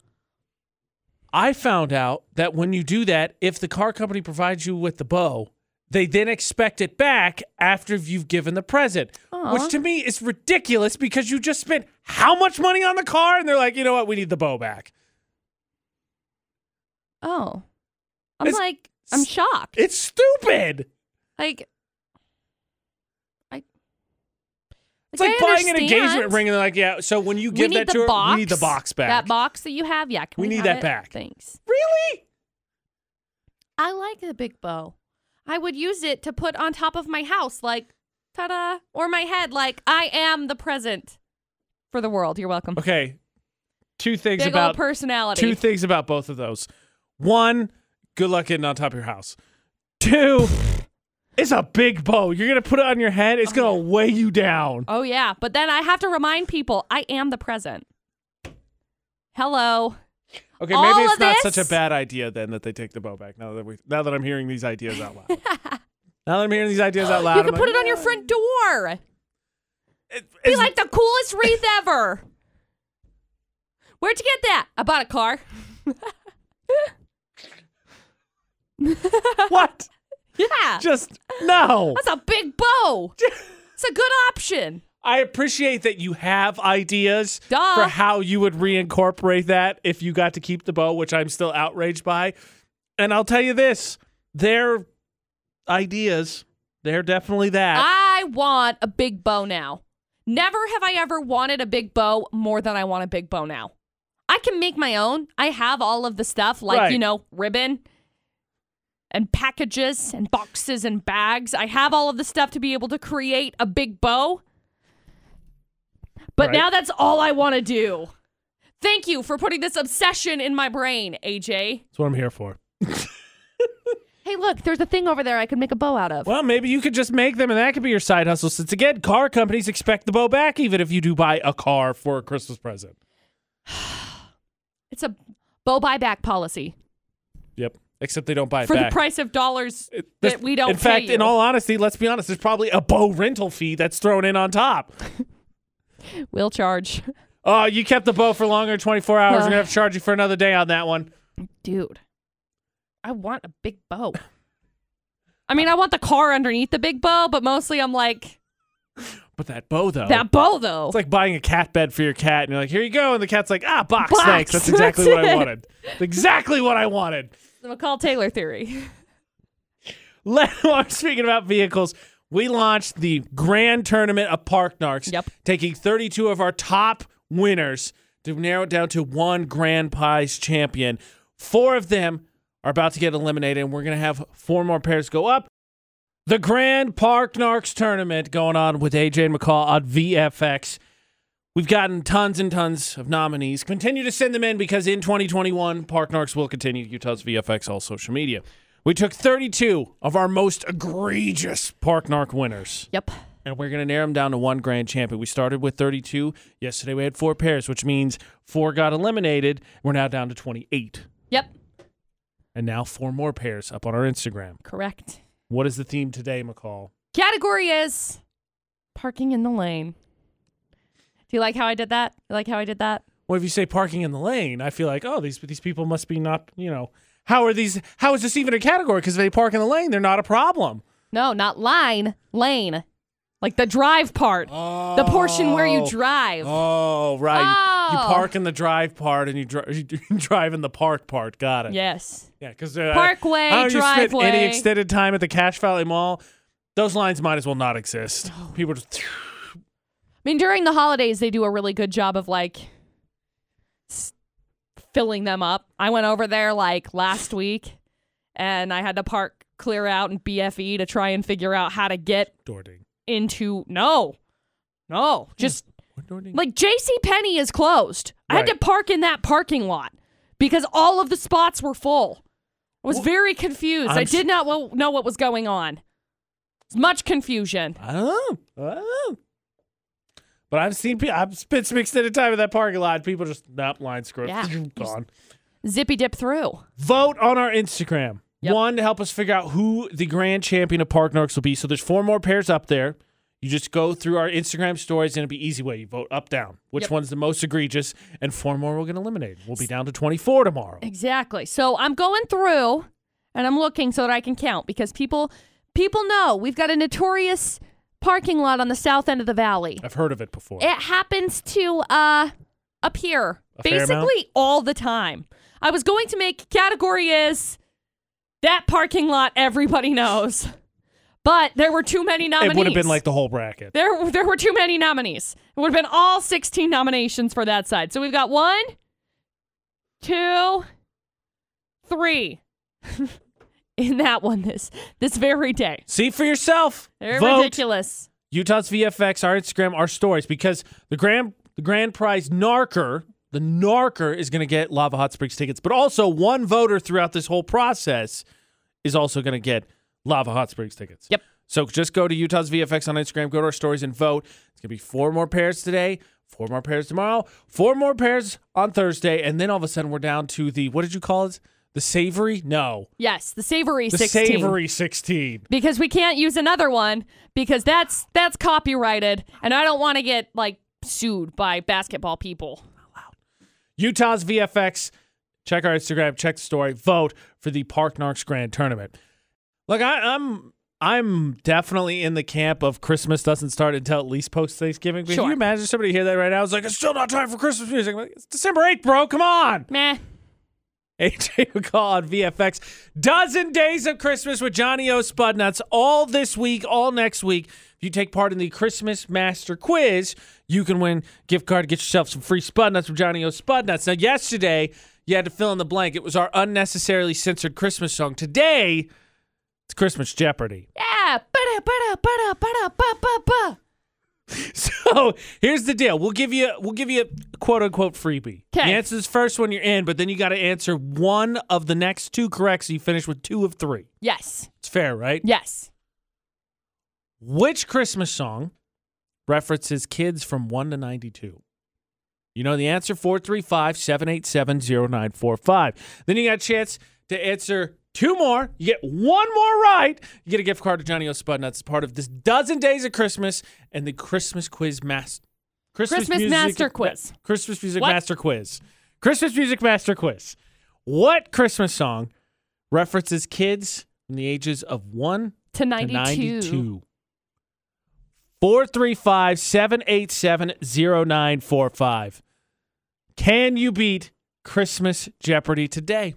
[SPEAKER 1] I found out that when you do that, if the car company provides you with the bow, they then expect it back after you've given the present, which to me is ridiculous because you just spent how much money on the car and they're like, you know what, we need the bow back.
[SPEAKER 3] Oh. I'm
[SPEAKER 1] It's-
[SPEAKER 3] like, I'm shocked.
[SPEAKER 1] It's stupid.
[SPEAKER 3] like, I.
[SPEAKER 1] It's like buying an engagement
[SPEAKER 3] understand.
[SPEAKER 1] ring and they're like, yeah, so when you give
[SPEAKER 3] we need
[SPEAKER 1] that
[SPEAKER 3] the
[SPEAKER 1] to
[SPEAKER 3] box.
[SPEAKER 1] her, we need the box back.
[SPEAKER 3] That box that you have, yeah. Can
[SPEAKER 1] We
[SPEAKER 3] we,
[SPEAKER 1] need
[SPEAKER 3] have
[SPEAKER 1] that
[SPEAKER 3] it?
[SPEAKER 1] back.
[SPEAKER 3] Thanks.
[SPEAKER 1] really?
[SPEAKER 3] I like the big bow. I would use it to put on top of my house, like, ta da, or my head, like, I am the present for the world. You're welcome.
[SPEAKER 1] Okay. Two things
[SPEAKER 3] Big
[SPEAKER 1] about
[SPEAKER 3] old personality.
[SPEAKER 1] two things about both of those. One, good luck getting on top of your house. Two, it's a big bow. You're gonna put it on your head. It's gonna weigh you down.
[SPEAKER 3] oh, yeah. But then I have to remind people I am the present. Hello.
[SPEAKER 1] Okay,
[SPEAKER 3] All
[SPEAKER 1] maybe it's
[SPEAKER 3] of
[SPEAKER 1] not
[SPEAKER 3] this?
[SPEAKER 1] such a bad idea then that they take the bow back. Now that we, now that I'm hearing these ideas out loud. now that I'm hearing these ideas out loud,
[SPEAKER 3] you can
[SPEAKER 1] I'm
[SPEAKER 3] put
[SPEAKER 1] like,
[SPEAKER 3] it on your front door.
[SPEAKER 1] It,
[SPEAKER 3] Be
[SPEAKER 1] it's-
[SPEAKER 3] like the coolest wreath ever. Where'd you get that? I bought a car.
[SPEAKER 1] what?
[SPEAKER 3] Yeah.
[SPEAKER 1] Just no.
[SPEAKER 3] That's a big bow. It's a good option.
[SPEAKER 1] I appreciate that you have ideas
[SPEAKER 3] Duh.
[SPEAKER 1] for how you would reincorporate that if you got to keep the bow, which I'm still outraged by. And I'll tell you this their ideas, they're definitely that.
[SPEAKER 3] I want a big bow now. Never have I ever wanted a big bow more than I want a big bow now. I can make my own. I have all of the stuff, like,
[SPEAKER 1] Right.
[SPEAKER 3] you know, ribbon and packages and boxes and bags. I have all of the stuff to be able to create a big bow. But
[SPEAKER 1] Right.
[SPEAKER 3] now that's all I want to do. Thank you for putting this obsession in my brain, AJ.
[SPEAKER 1] That's what I'm here for.
[SPEAKER 3] Hey, look, there's a thing over there I could make a bow out of.
[SPEAKER 1] Well, maybe you could just make them and that could be your side hustle. Since again, car companies expect the bow back even if you do buy a car for a Christmas present.
[SPEAKER 3] It's a bow buyback policy
[SPEAKER 1] Yep. Except they don't buy it
[SPEAKER 3] for
[SPEAKER 1] back.
[SPEAKER 3] the price of dollars
[SPEAKER 1] It-
[SPEAKER 3] that we don't
[SPEAKER 1] In fact,
[SPEAKER 3] pay
[SPEAKER 1] in
[SPEAKER 3] you.
[SPEAKER 1] all honesty, let's be honest, there's probably a bow rental fee that's thrown in on top.
[SPEAKER 3] will charge.
[SPEAKER 1] Oh, you kept the bow for longer than 24 hours. We're going to have to charge you for another day on that one.
[SPEAKER 3] Dude, I want a big bow. I mean, I want the car underneath the big bow, but mostly I'm like,
[SPEAKER 1] But that bow, though.
[SPEAKER 3] that bow though.
[SPEAKER 1] it's like buying a cat bed for your cat, and you're like, here you go. And the cat's like, ah, box,
[SPEAKER 3] Box.
[SPEAKER 1] thanks. That's exactly
[SPEAKER 3] That's
[SPEAKER 1] what I
[SPEAKER 3] it.
[SPEAKER 1] wanted. Exactly what I wanted.
[SPEAKER 3] the McCall Taylor theory.
[SPEAKER 1] Let, while I'm speaking about vehicles, we launched the grand tournament of Park Narks,
[SPEAKER 3] Yep.
[SPEAKER 1] taking 32 of our top winners to narrow it down to one grand prize champion. Four of them are about to get eliminated, and we're going to have four more pairs go up. The Grand Park Narks tournament going on with AJ and McCall on VFX. We've gotten tons and tons of nominees. Continue to send them in because in 2021, Park Narks will continue Utah's VFX all social media. We took 32 of our most egregious Park Nark winners,
[SPEAKER 3] Yep.
[SPEAKER 1] and we're going to narrow them down to one grand champion. We started with 32. Yesterday, we had four pairs, which means four got eliminated. We're now down to 28,
[SPEAKER 3] Yep.
[SPEAKER 1] and now four more pairs up on our Instagram.
[SPEAKER 3] Correct.
[SPEAKER 1] What is the theme today, McCall?
[SPEAKER 3] Category is parking in the lane. Do you like how I did that? You like how I did that?
[SPEAKER 1] Well, if you say parking in the lane, I feel like, oh, these these people must be not, you know, how are these? How is this even a category? Because if they park in the lane, they're not a problem.
[SPEAKER 3] No, not line, lane. Like the drive part, the portion where you drive.
[SPEAKER 1] Oh, right. You, you
[SPEAKER 3] Oh.
[SPEAKER 1] park in the drive part and you, dri- you drive in the park part. Got it.
[SPEAKER 3] Yes.
[SPEAKER 1] Yeah, because uh,
[SPEAKER 3] Parkway,
[SPEAKER 1] I don't know, You spent any
[SPEAKER 3] driveway.
[SPEAKER 1] extended time at the Cache Valley Mall. Those lines might as well not exist. People just
[SPEAKER 3] I mean, during the holidays, they do a really good job of like s- filling them up. I went over there like last week and I had to park clear out in BFE to try and figure out how to get
[SPEAKER 1] door ding,
[SPEAKER 3] into. No, no, just
[SPEAKER 1] door ding.
[SPEAKER 3] like JC Penney is closed. I had
[SPEAKER 1] Mm. Right.
[SPEAKER 3] to park in that parking lot because all of the spots were full. I was very confused.
[SPEAKER 1] I'm
[SPEAKER 3] I
[SPEAKER 1] s-
[SPEAKER 3] did not wo- know what was going on. It's much confusion.
[SPEAKER 1] I don't know. I don't know. But I've seen people. I've spent some extended time in that parking lot. People just nope, line screwed.
[SPEAKER 3] Yeah.
[SPEAKER 1] Gone.
[SPEAKER 3] Zippy dip through.
[SPEAKER 1] Vote on our Instagram.
[SPEAKER 3] Yep.
[SPEAKER 1] One to help us figure out who the grand champion of Park Narks will be. So there's four more pairs up there. You just go through our Instagram stories, and it'll be easy way. You vote up, down. Which
[SPEAKER 3] Yep.
[SPEAKER 1] one's the most egregious? And four more will get eliminated. We'll be down to 24 tomorrow.
[SPEAKER 3] Eh. Exactly. So I'm going through and I'm looking so that I can count because people people know we've got a notorious parking lot on the south end of the valley.
[SPEAKER 1] I've heard of it before.
[SPEAKER 3] It happens to uh appear
[SPEAKER 1] A fair amount?
[SPEAKER 3] basically all the time. I was going to make category is that parking lot everybody knows. But there were too many nominees.
[SPEAKER 1] It would have been like the whole bracket.
[SPEAKER 3] There, there were too many nominees. It would have been all 16 nominations for that side. So we've got one, two, three in that one this this very day.
[SPEAKER 1] See for yourself.
[SPEAKER 3] They're
[SPEAKER 1] Vote.
[SPEAKER 3] ridiculous.
[SPEAKER 1] Utah's VFX, our Instagram, our stories, because the grand the grand prize narker, the narker is going to get Lava Hot Springs tickets, but also one voter throughout this whole process is also going to get Lava Hot Springs tickets.
[SPEAKER 3] Yep.
[SPEAKER 1] So just go to Utah's VFX on Instagram, go to our stories and vote. It's going to be four more pairs today, four more pairs tomorrow, four more pairs on Thursday, and then all of a sudden we're down to the what did you call it? The savory? No.
[SPEAKER 3] Yes, the savory
[SPEAKER 1] The
[SPEAKER 3] 16.
[SPEAKER 1] savory 16.
[SPEAKER 3] Because we can't use another one because that's that's copyrighted and I don't want to get like sued by basketball people.
[SPEAKER 1] Utah's VFX. Check our Instagram. Check the story. Vote for the Park Narks Grand Tournament. Look, I, I'm I'm definitely in the camp of Christmas doesn't start until at least post Thanksgiving. But Can
[SPEAKER 3] Sure.
[SPEAKER 1] you imagine somebody hear that right now? It's like it's still not time for Christmas music. I'm like, it's December eighth, bro. Come on.
[SPEAKER 3] Meh.
[SPEAKER 1] AJ McCall on VFX. Dozen days of Christmas with Johnny O. Spudnuts all this week, all next week. If you take part in the Christmas Master Quiz, you can win gift card, get yourself some free Spudnuts from Johnny O. Spudnuts. Now, yesterday, you had to fill in the blank. It was our unnecessarily censored Christmas song. Today, it's Christmas Jeopardy.
[SPEAKER 3] Yeah. Ba-da, ba-da, ba-da, ba-da, ba-ba-ba.
[SPEAKER 1] So here's the deal: we'll give you we'll give you a quote unquote freebie.
[SPEAKER 3] 'Kay.
[SPEAKER 1] You answer this first one, you're in, but then you got to answer one of the next two correct, so you finish with two of three.
[SPEAKER 3] Yes.
[SPEAKER 1] It's fair, right?
[SPEAKER 3] Yes.
[SPEAKER 1] Which Christmas song references kids from 1 to 92? You know the answer 435 787 0945. Then you got a chance to answer two more. You get one more right. You get a gift card to Johnny O. Spudnuts, part of this dozen days of Christmas and the Christmas quiz master.
[SPEAKER 3] Christmas Master Quiz.
[SPEAKER 1] Christmas Music
[SPEAKER 3] What?
[SPEAKER 1] Master Quiz. Christmas Music Master Quiz. What Christmas song references kids from the ages of 1
[SPEAKER 3] To
[SPEAKER 1] to
[SPEAKER 3] 92.
[SPEAKER 1] 435 787 0945. Can you beat Christmas Jeopardy today?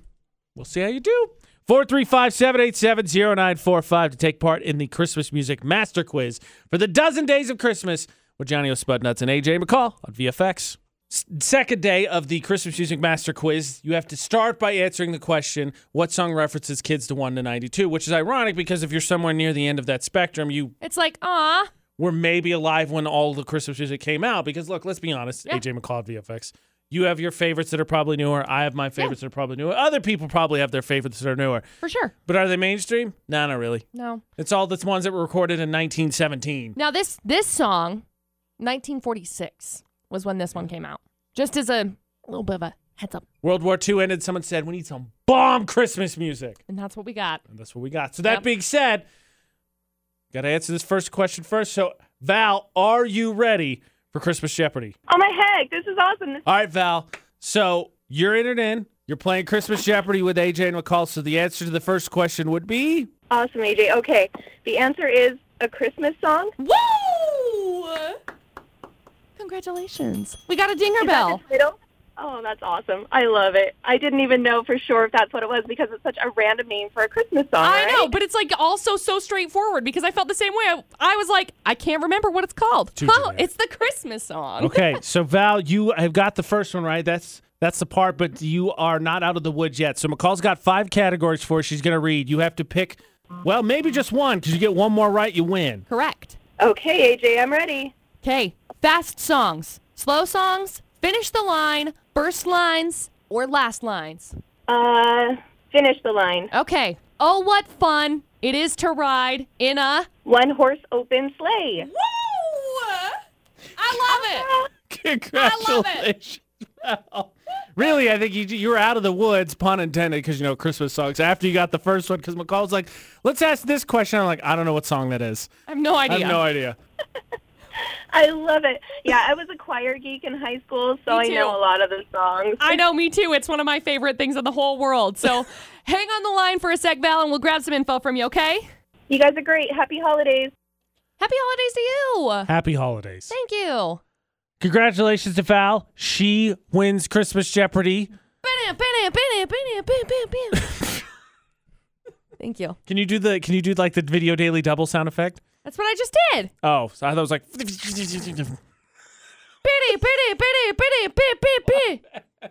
[SPEAKER 1] We'll see how you do. 435 787 0945 to take part in the Christmas Music Master Quiz for the dozen days of Christmas with Johnny O'Spudnuts and AJ McCall on VFX. S- Second day of the Christmas Music Master Quiz, you have to start by answering the question what song references kids to 1 to 92, which is ironic because if you're somewhere near the end of that spectrum, you
[SPEAKER 3] It's like, ah,
[SPEAKER 1] were maybe alive when all the Christmas music came out. Because look, let's be honest,
[SPEAKER 3] Yeah.
[SPEAKER 1] AJ McCall at VFX. You have your favorites that are probably newer. I have my favorites that are probably newer. Other people probably have their favorites that are newer.
[SPEAKER 3] for sure.
[SPEAKER 1] But are they mainstream? No, not really.
[SPEAKER 3] No.
[SPEAKER 1] It's all the ones that were recorded in 1917.
[SPEAKER 3] Now this this song, 1946 was when this one came out. Just as a little bit of a heads up,
[SPEAKER 1] World War II ended. Someone said, we need some bomb Christmas music.
[SPEAKER 3] and that's what we got.
[SPEAKER 1] And that's what we got. So that
[SPEAKER 3] Yep.
[SPEAKER 1] being said, got to answer this first question first. So, Val, are you ready for Christmas Jeopardy?
[SPEAKER 2] Oh my heck, this is awesome. This
[SPEAKER 1] All right, Val. So you're in it in. You're playing Christmas Jeopardy with AJ and McCall. So the answer to the first question would be
[SPEAKER 2] Awesome, AJ. Okay, the answer is a Christmas song.
[SPEAKER 3] Woo! Congratulations. We got a dinger
[SPEAKER 2] Is that
[SPEAKER 3] bell.
[SPEAKER 2] the title? Oh, that's awesome. I love it. I didn't even know for sure if that's what it was because it's such a random name for a Christmas song.
[SPEAKER 3] I know,
[SPEAKER 2] right?
[SPEAKER 3] but it's like also so straightforward because I felt the same way. I, I was like, I can't remember what it's called.
[SPEAKER 1] Too
[SPEAKER 3] Oh,
[SPEAKER 1] generic.
[SPEAKER 3] it's the Christmas song.
[SPEAKER 1] okay. So Val, you have got the first one right. That's that's the part, but you are not out of the woods yet. So McCall's got five categories for you. She's gonna read. You have to pick. Well, maybe just one because you get one more right, you win.
[SPEAKER 3] Correct.
[SPEAKER 2] Okay, AJ, I'm ready.
[SPEAKER 3] Okay. Fast songs, slow songs, finish the line, burst lines, or last lines.
[SPEAKER 2] Uh, finish the line.
[SPEAKER 3] Okay. Oh, what fun it is to ride in a.
[SPEAKER 2] One horse open sleigh.
[SPEAKER 3] Woo! I love
[SPEAKER 1] Congratulations, Val. Really, I think you you were out of the woods, pun intended, because you know Christmas songs. After you got the first one, because McCall's like, let's ask this question. I'm like, I don't know what song that is.
[SPEAKER 3] I have no idea.
[SPEAKER 1] I have no idea.
[SPEAKER 2] I love it. Yeah, I was a choir geek in high school, so
[SPEAKER 3] Me
[SPEAKER 2] I
[SPEAKER 3] too.
[SPEAKER 2] know a lot of the songs.
[SPEAKER 3] I know, me too. It's one of my favorite things in the whole world. So hang on the line for a sec, Val, and we'll grab some info from you, okay?
[SPEAKER 2] You guys are great. Happy holidays.
[SPEAKER 3] Happy holidays to you.
[SPEAKER 1] Happy holidays.
[SPEAKER 3] Thank you.
[SPEAKER 1] Congratulations to Val. She wins Christmas Jeopardy.
[SPEAKER 3] Bam, bam, bam, bam, bam, bam, bam. Thank you.
[SPEAKER 1] Can you do the can you do like the video daily double sound effect?
[SPEAKER 3] That's what I just did.
[SPEAKER 1] Oh, so I thought it was like
[SPEAKER 3] Bitty, bitty, bitty, bitty, bitty, bitty.
[SPEAKER 1] Uh,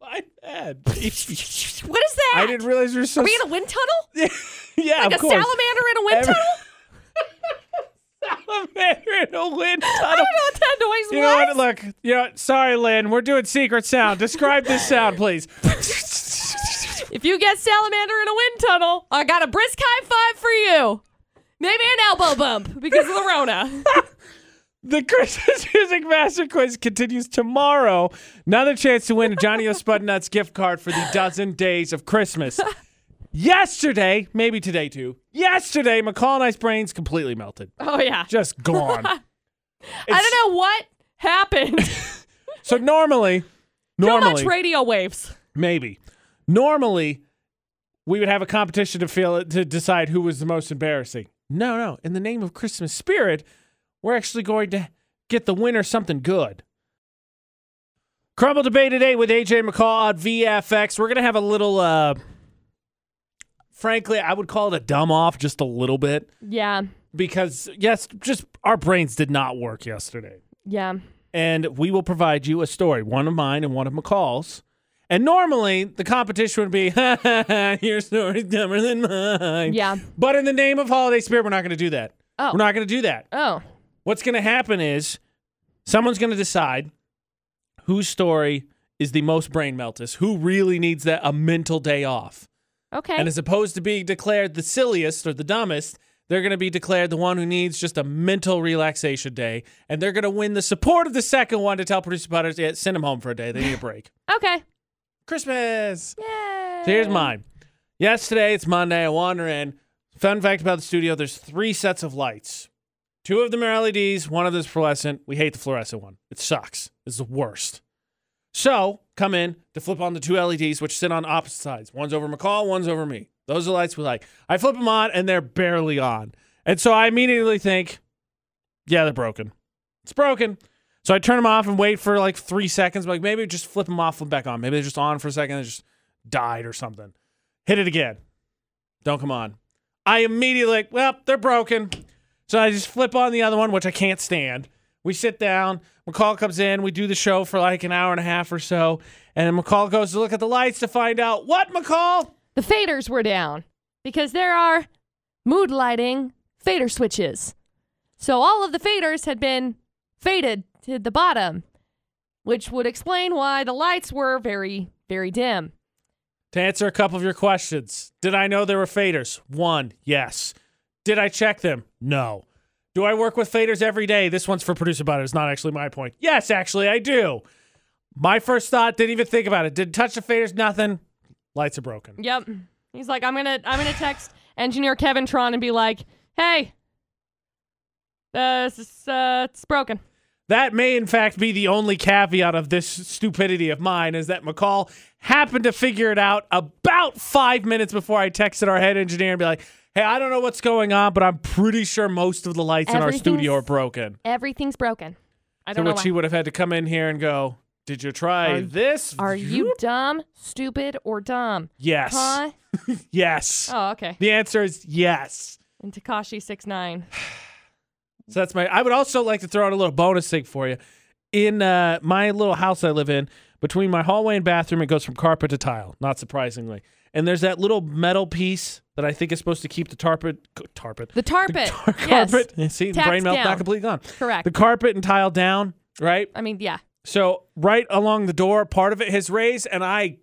[SPEAKER 1] my bad.
[SPEAKER 3] What is that?
[SPEAKER 1] I didn't realize you were so
[SPEAKER 3] Are we in a wind tunnel?
[SPEAKER 1] Yeah,
[SPEAKER 3] Like
[SPEAKER 1] of
[SPEAKER 3] a
[SPEAKER 1] course.
[SPEAKER 3] salamander in a wind
[SPEAKER 1] Every-
[SPEAKER 3] tunnel?
[SPEAKER 1] salamander in a wind tunnel.
[SPEAKER 3] I don't know what that noise
[SPEAKER 1] You know what?
[SPEAKER 3] was.
[SPEAKER 1] Look, you know, what? sorry, Lynn. We're doing secret sound. Describe this sound, please.
[SPEAKER 3] If you get salamander in a wind tunnel, I got a brisk high five for you. Maybe an elbow bump because of the Rona.
[SPEAKER 1] the Christmas Music Master Quiz continues tomorrow. Another chance to win a Johnny O. Spudnuts gift card for the dozen days of Christmas. Yesterday, maybe today too. Yesterday, McCall and I's brains completely melted,
[SPEAKER 3] Oh yeah.
[SPEAKER 1] just gone.
[SPEAKER 3] I don't know what happened.
[SPEAKER 1] So normally,
[SPEAKER 3] Too
[SPEAKER 1] normally,
[SPEAKER 3] much radio waves.
[SPEAKER 1] Maybe. Normally, we would have a competition to feel to decide who was the most embarrassing. No, no. In the name of Christmas spirit, we're actually going to get the winner something good. Crumble debate today with AJ McCall on VFX. We're gonna have a little. uh Frankly, I would call it a dumb off just a little bit
[SPEAKER 3] Yeah.
[SPEAKER 1] because yes, just our brains did not work yesterday
[SPEAKER 3] Yeah.
[SPEAKER 1] and we will provide you a story, one of mine and one of McCall's. And normally the competition would be, "Ha, ha, ha, your story's dumber than mine.
[SPEAKER 3] Yeah.
[SPEAKER 1] But in the name of holiday spirit, we're not going to do that.
[SPEAKER 3] Oh.
[SPEAKER 1] We're not going to do that.
[SPEAKER 3] Oh.
[SPEAKER 1] What's going to happen is someone's going to decide whose story is the most brain melters, who really needs that a mental day off.
[SPEAKER 3] Okay.
[SPEAKER 1] And as opposed to being declared the silliest or the dumbest, they're going to be declared the one who needs just a mental relaxation day. And they're going to win the support of the second one to tell producer Butters, yeah, send them home for a day. They need a break.
[SPEAKER 3] okay.
[SPEAKER 1] Christmas.
[SPEAKER 3] Yay.
[SPEAKER 1] So here's mine. Yesterday, it's Monday. I wander in. Fun fact about the studio there's three sets of lights. Two of them are LEDs, one of them's fluorescent. We hate the fluorescent one. It sucks. It's the worst. So come in to flip on the two LEDs, which sit on opposite sides. One's over McCall, one's over me. Those are lights we like. I flip them on and they're barely on. And so I immediately think, yeah, they're broken. It's broken. So I turn them off and wait for like three seconds. I'm like maybe just flip them off, flip back on. Maybe they're just on for a second and just died or something. Hit it again. Don't come on. I immediately like, well, they're broken. So I just flip on the other one, which I can't stand. We sit down. McCall comes in. We do the show for like an hour and a half or so. And then McCall goes to look at the lights to find out what, McCall?
[SPEAKER 3] The faders were down because there are mood lighting fader switches. So all of the faders had been faded to the bottom, which would explain why the lights were very, very dim.
[SPEAKER 1] To answer a couple of your questions, did I know there were faders? One, yes. Did I check them? No. Do I work with faders every day? This one's for producer butter. It's not actually my point. Yes, actually, I do. My first thought didn't even think about it. Didn't touch the faders, nothing. Lights are broken.
[SPEAKER 3] Yep. He's like, I'm gonna I'm gonna text engineer Kevin Tron and be like, hey, uh, this is, uh, it's broken.
[SPEAKER 1] That may, in fact, be the only caveat of this stupidity of mine is that McCall happened to figure it out about five minutes before I texted our head engineer and be like, hey, I don't know what's going on, but I'm pretty sure most of the lights in our studio
[SPEAKER 3] Everything's-
[SPEAKER 1] are broken.
[SPEAKER 3] Everything's broken. I
[SPEAKER 1] So
[SPEAKER 3] don't know
[SPEAKER 1] what
[SPEAKER 3] why.
[SPEAKER 1] she would have had to come in here and go, "Did you try
[SPEAKER 3] Are-
[SPEAKER 1] this?
[SPEAKER 3] Are you dumb, stupid, or dumb?
[SPEAKER 1] Yes.
[SPEAKER 3] Huh?
[SPEAKER 1] Yes.
[SPEAKER 3] Oh, okay.
[SPEAKER 1] The answer is yes.
[SPEAKER 3] And Takashi six nine.
[SPEAKER 1] So that's my. I would also like to throw out a little bonus thing for you. In uh, my little house I live in, between my hallway and bathroom, it goes from carpet to tile. Not surprisingly, and there's that little metal piece that I think is supposed to keep the tarpet, tarpet,
[SPEAKER 3] The tarpet.
[SPEAKER 1] tar-
[SPEAKER 3] yes.
[SPEAKER 1] carpet. See, the
[SPEAKER 3] Tacked
[SPEAKER 1] brain melt
[SPEAKER 3] down.
[SPEAKER 1] not completely gone.
[SPEAKER 3] Correct.
[SPEAKER 1] The carpet and tile down, right?
[SPEAKER 3] I mean, yeah.
[SPEAKER 1] So right along the door, part of it has raised, and I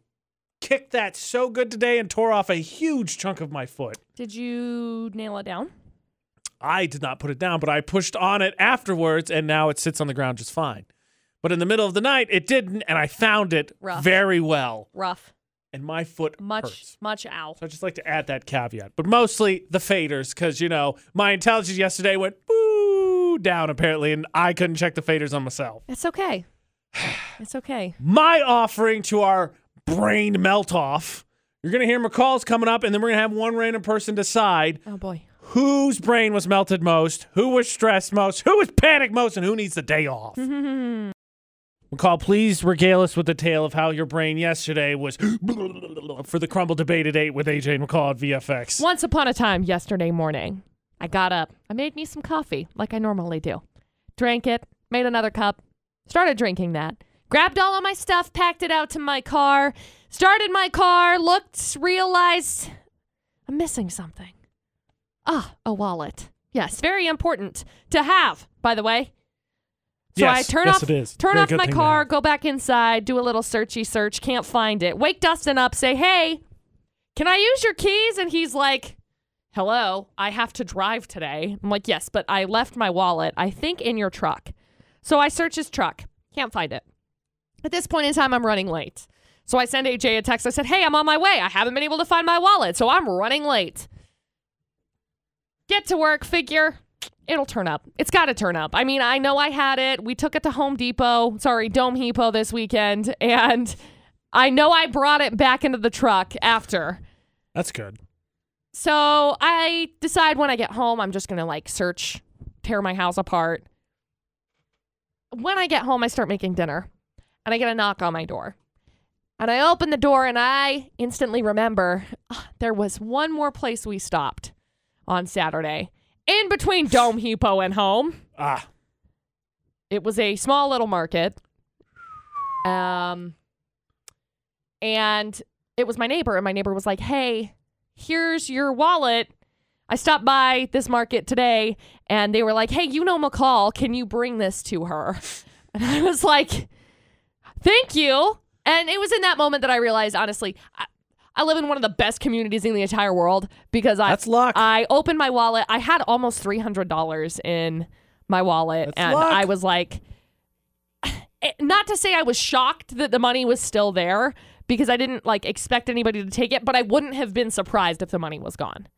[SPEAKER 1] kicked that so good today and tore off a huge chunk of my foot.
[SPEAKER 3] Did you nail it down?
[SPEAKER 1] I did not put it down, but I pushed on it afterwards, and now it sits on the ground just fine. But in the middle of the night, it didn't, and I found it
[SPEAKER 3] Rough.
[SPEAKER 1] very well,
[SPEAKER 3] Rough.
[SPEAKER 1] and my foot
[SPEAKER 3] Much,
[SPEAKER 1] hurts.
[SPEAKER 3] much ow.
[SPEAKER 1] So I just like to add that caveat, but mostly the faders, because you know my intelligence yesterday went boo. two down apparently, and I couldn't check the faders on myself.
[SPEAKER 6] It's okay. It's okay.
[SPEAKER 1] My offering to our brain melt off. You're gonna hear McCall's coming up, and then we're gonna have one random person decide
[SPEAKER 6] Oh boy.
[SPEAKER 1] whose brain was melted most, who was stressed most, who was panicked most, and who needs the day off. McCall, please regale us with the tale of how your brain yesterday was for the crumble debate at 8 with AJ and McCall at VFX.
[SPEAKER 3] Once upon a time, yesterday morning, I got up. I made me some coffee, like I normally do. Drank it, made another cup, started drinking that. Grabbed all of my stuff, packed it out to my car, started my car, looked, realized I'm missing something. Ah, a wallet. Yes, very important to have, by the way. So
[SPEAKER 1] Yes,
[SPEAKER 3] I turn
[SPEAKER 1] yes,
[SPEAKER 3] off
[SPEAKER 1] it is.
[SPEAKER 3] turn
[SPEAKER 1] Very
[SPEAKER 3] off
[SPEAKER 1] good
[SPEAKER 3] my
[SPEAKER 1] thing to
[SPEAKER 3] car,
[SPEAKER 1] have.
[SPEAKER 3] go back inside, do a little searchy search, can't find it. Wake Dustin up, say, "Hey, can I use your keys?" And he's like, "Hello, I have to drive today." I'm like, "Yes, but I left my wallet. I think in your truck." So I search his truck, can't find it. At this point in time, I'm running late. So I send AJ a text. I said, Hey, I'm on my way. I haven't been able to find my wallet, so I'm running late. Get to work, figure. It'll turn up. It's got to turn up. I mean, I know I had it. We took it to Home Depot, sorry, Dome Depot this weekend, and I know I brought it back into the truck after.
[SPEAKER 1] That's good.
[SPEAKER 3] So I decide when I get home, I'm just gonna like search, tear my house apart. When I get home, I start making dinner and I get a knock on my door. And I open the door and I instantly remember ah, there was one more place we stopped on Saturday in between Dome Depot and home.
[SPEAKER 1] Ah,
[SPEAKER 3] It was a small little market. Um and it was my neighbor and my neighbor was like, "Hey, here's your wallet. I stopped by this market today and they were like, "Hey, you know McCall, can you bring this to her?" And I was like, "Thank you." And it was in that moment that I realized honestly, I, I live in one of the best communities in the entire world because I
[SPEAKER 1] That's luck.
[SPEAKER 3] I opened my wallet. I had almost $300 in my wallet
[SPEAKER 1] That's
[SPEAKER 3] and
[SPEAKER 1] luck.
[SPEAKER 3] I was like it- not to say I was shocked that the money was still there because I didn't like expect anybody to take it, but I wouldn't have been surprised if the money was gone.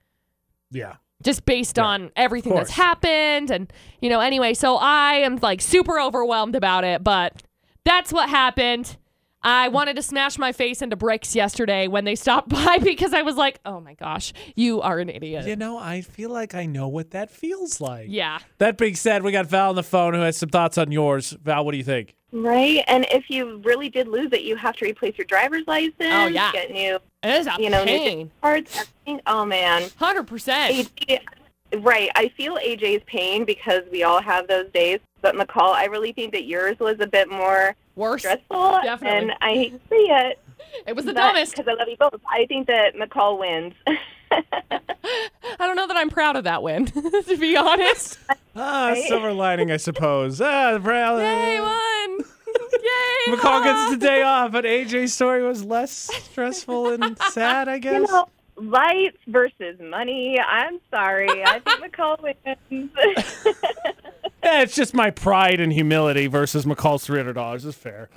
[SPEAKER 1] yeah.
[SPEAKER 3] Just based on everything that's
[SPEAKER 1] course.
[SPEAKER 3] happened and you know, anyway, so I am like super overwhelmed about it, but that's what happened. I wanted to smash my face into bricks yesterday when they stopped by because I was like, "Oh my gosh, you are an idiot."
[SPEAKER 1] You know, I feel like I know what that feels like.
[SPEAKER 3] yeah.
[SPEAKER 1] That being said, we got Val on the phone who has some thoughts on yours. Val, what do you think?
[SPEAKER 2] Right? And if you really did lose it, you have to replace your driver's license.
[SPEAKER 3] Oh, yeah.
[SPEAKER 2] Get new,
[SPEAKER 3] It is a
[SPEAKER 2] you know, new
[SPEAKER 3] pain.
[SPEAKER 2] cards, everything. Oh, man.
[SPEAKER 3] Hundred percent.
[SPEAKER 2] AJ, right. I feel AJ's pain because we all have those days. But McCall, I really think that yours was a bit more
[SPEAKER 3] Worse.
[SPEAKER 2] stressful.
[SPEAKER 3] Definitely.
[SPEAKER 2] And I hate to see it.
[SPEAKER 3] It was the dumbest.
[SPEAKER 2] Because I love you both. I think that McCall wins.
[SPEAKER 3] I don't know that I'm proud of that win, to be honest.
[SPEAKER 1] Ah,
[SPEAKER 2] Right?
[SPEAKER 1] silver lining, I suppose. Ah, Val.
[SPEAKER 3] Yay, won! Yay!
[SPEAKER 1] McCall gets the day off, but AJ's story was less stressful and sad, I guess.
[SPEAKER 2] you know, lights versus money. I'm sorry. I think McCall wins.
[SPEAKER 1] Yeah, Eh, it's just my pride and humility versus McCall's three hundred dollars is fair.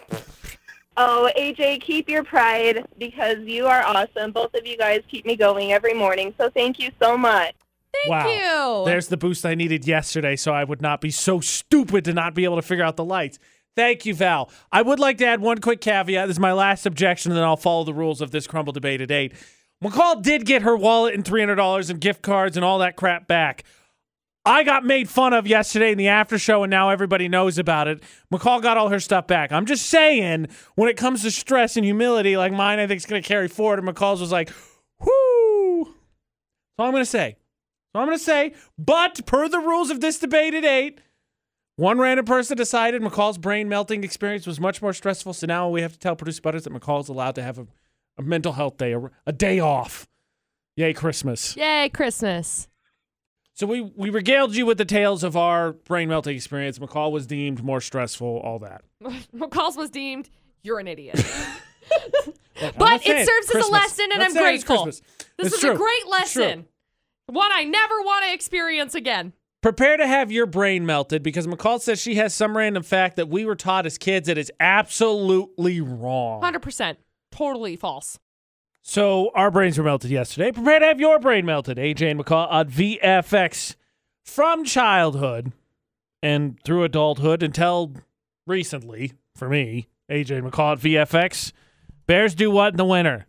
[SPEAKER 2] oh, AJ, keep your pride because you are awesome. Both of you guys keep me going every morning. So thank you so much.
[SPEAKER 3] Thank
[SPEAKER 1] wow.
[SPEAKER 3] you.
[SPEAKER 1] There's the boost I needed yesterday, so I would not be so stupid to not be able to figure out the lights. Thank you, Val. I would like to add one quick caveat. This is my last objection, and then I'll follow the rules of this crumble debate at eight. McCall did get her wallet and three hundred dollars and gift cards and all that crap back. I got made fun of yesterday in the after show, and now everybody knows about it. McCall got all her stuff back. I'm just saying, when it comes to stress and humility, like mine, I think is going to carry forward. And McCall's was like, "Whoo!" That's all I'm going to say. So I'm going to say, but per the rules of this debate at eight, one random person decided McCall's brain melting experience was much more stressful. So now we have to tell producer Butters that McCall's allowed to have a, a mental health day, a, a day off. Yay, Christmas.
[SPEAKER 3] Yay, Christmas.
[SPEAKER 1] So we we regaled you with the tales of our brain melting experience. McCall was deemed more stressful, all that.
[SPEAKER 3] McCall's was deemed, you're an idiot.
[SPEAKER 1] Look, I'm
[SPEAKER 3] But
[SPEAKER 1] not
[SPEAKER 3] it
[SPEAKER 1] saying
[SPEAKER 3] serves as a
[SPEAKER 1] Christmas.
[SPEAKER 3] lesson, and
[SPEAKER 1] Not
[SPEAKER 3] I'm
[SPEAKER 1] saying it's
[SPEAKER 3] grateful.
[SPEAKER 1] Christmas.
[SPEAKER 3] This
[SPEAKER 1] It's
[SPEAKER 3] was
[SPEAKER 1] true.
[SPEAKER 3] a great
[SPEAKER 1] It's true.
[SPEAKER 3] lesson. One I never want to experience again.
[SPEAKER 1] Prepare to have your brain melted because McCall says she has some random fact that we were taught as kids that is absolutely wrong.
[SPEAKER 3] 100%. Totally false.
[SPEAKER 1] So our brains were melted yesterday. Prepare to have your brain melted. AJ and McCall on VFX from childhood. and through adulthood until recently, for me, AJ McCall at VFX, bears do what in the winter?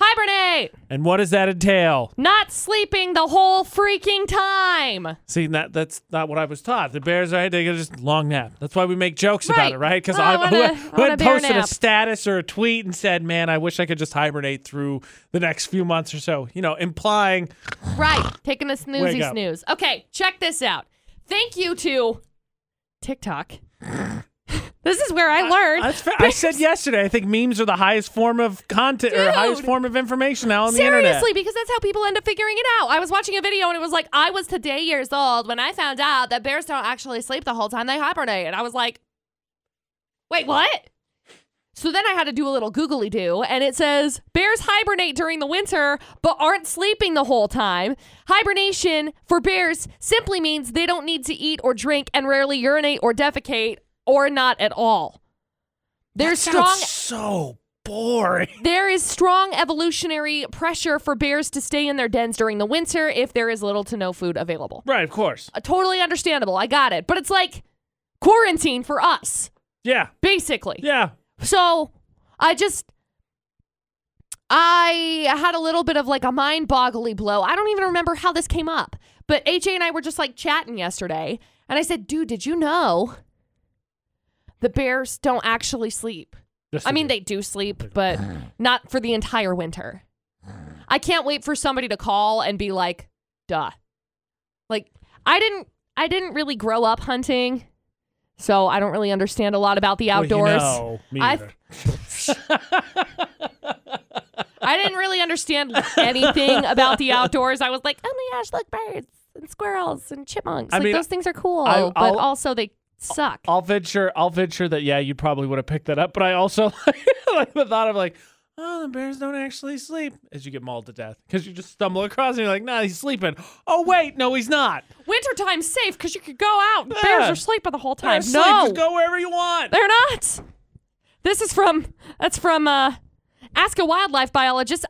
[SPEAKER 3] Hibernate!
[SPEAKER 1] And what does that entail?
[SPEAKER 3] Not sleeping the whole freaking time.
[SPEAKER 1] See, that that's not what I was taught. The Bears, right? They go just long nap. That's why we make jokes about
[SPEAKER 3] Right.
[SPEAKER 1] it, right? Because
[SPEAKER 3] Oh, I
[SPEAKER 1] I, who,
[SPEAKER 3] wanna-
[SPEAKER 1] who
[SPEAKER 3] I wanna
[SPEAKER 1] had
[SPEAKER 3] bear
[SPEAKER 1] posted a
[SPEAKER 3] nap.
[SPEAKER 1] status or a tweet and said, "Man, I wish I could just hibernate through the next few months or so," you know, implying
[SPEAKER 3] Right. Taking a
[SPEAKER 1] Wake
[SPEAKER 3] snoozy
[SPEAKER 1] up.
[SPEAKER 3] snooze. Okay, check this out. Thank you to TikTok. this is where I learned.
[SPEAKER 1] That's fair. I said yesterday. I think memes are the highest form of content or highest
[SPEAKER 3] Dude.
[SPEAKER 1] form of information now on the internet.
[SPEAKER 3] Seriously, because that's how people end up figuring it out. I was watching a video and it was like, I was today years old when I found out that bears don't actually sleep the whole time they hibernate. And I was like, wait, what? So then I had to do a little googly do, and it says bears hibernate during the winter but aren't sleeping the whole time. Hibernation for bears simply means they don't need to eat or drink and rarely urinate or defecate or not at all. They're
[SPEAKER 1] That
[SPEAKER 3] strong
[SPEAKER 1] sounds so boring.
[SPEAKER 3] there is strong evolutionary pressure for bears to stay in their dens during the winter if there is little to no food available.
[SPEAKER 1] Right, of course.
[SPEAKER 3] Uh, totally understandable. I got it. But it's like quarantine for us,
[SPEAKER 1] Yeah,
[SPEAKER 3] basically.
[SPEAKER 1] yeah.
[SPEAKER 3] So I just. I had a little bit of like a mind boggly blow. I don't even remember how this came up, but AJ and I were just like chatting yesterday. And I said, dude, did you know the bears don't actually sleep?
[SPEAKER 1] Just
[SPEAKER 3] I mean, they do sleep, but not for the entire winter. I can't wait for somebody to call and be like, "Duh." Like, I didn't I didn't really grow up hunting, so I don't really understand a lot about the
[SPEAKER 1] Well, you
[SPEAKER 3] outdoors.
[SPEAKER 1] know, me
[SPEAKER 3] I-
[SPEAKER 1] either.
[SPEAKER 3] I didn't really understand anything about the outdoors. I was like, "Oh my gosh, look birds and squirrels and chipmunks.
[SPEAKER 1] I
[SPEAKER 3] like
[SPEAKER 1] mean,
[SPEAKER 3] those things are cool,
[SPEAKER 1] I-
[SPEAKER 3] but
[SPEAKER 1] I'll-
[SPEAKER 3] also they suck."
[SPEAKER 1] I'll venture. I'll venture that. Yeah, you probably would have picked that up. But I also like the thought of like, oh, the bears don't actually sleep as you get mauled to death because you just stumble across and you're like, nah, he's sleeping. Oh wait, no, he's not.
[SPEAKER 3] Wintertime's safe cuz you could go out. Bears
[SPEAKER 1] Yeah.
[SPEAKER 3] are sleeping the whole time.
[SPEAKER 1] Bears
[SPEAKER 3] no.
[SPEAKER 1] sleep. Just go wherever you want.
[SPEAKER 3] They're not. This is from that's from uh Ask a Wildlife Biologist,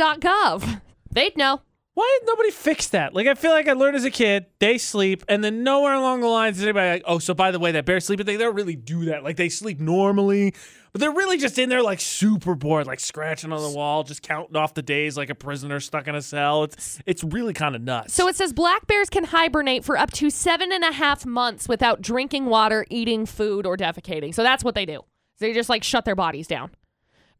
[SPEAKER 3] Alaska.gov. They'd know.
[SPEAKER 1] Why did nobody fix that? Like, I feel like I learned as a kid, they sleep, and then nowhere along the lines is anybody like, oh, so by the way, that bear sleeping thing, they don't really do that. Like, they sleep normally, but they're really just in there, like, super bored, like, scratching on the wall, just counting off the days like a prisoner stuck in a cell. It's, it's really kind of nuts.
[SPEAKER 3] So it says black bears can hibernate for up to seven and a half months without drinking water, eating food, or defecating. So that's what they do. They just like shut their bodies down.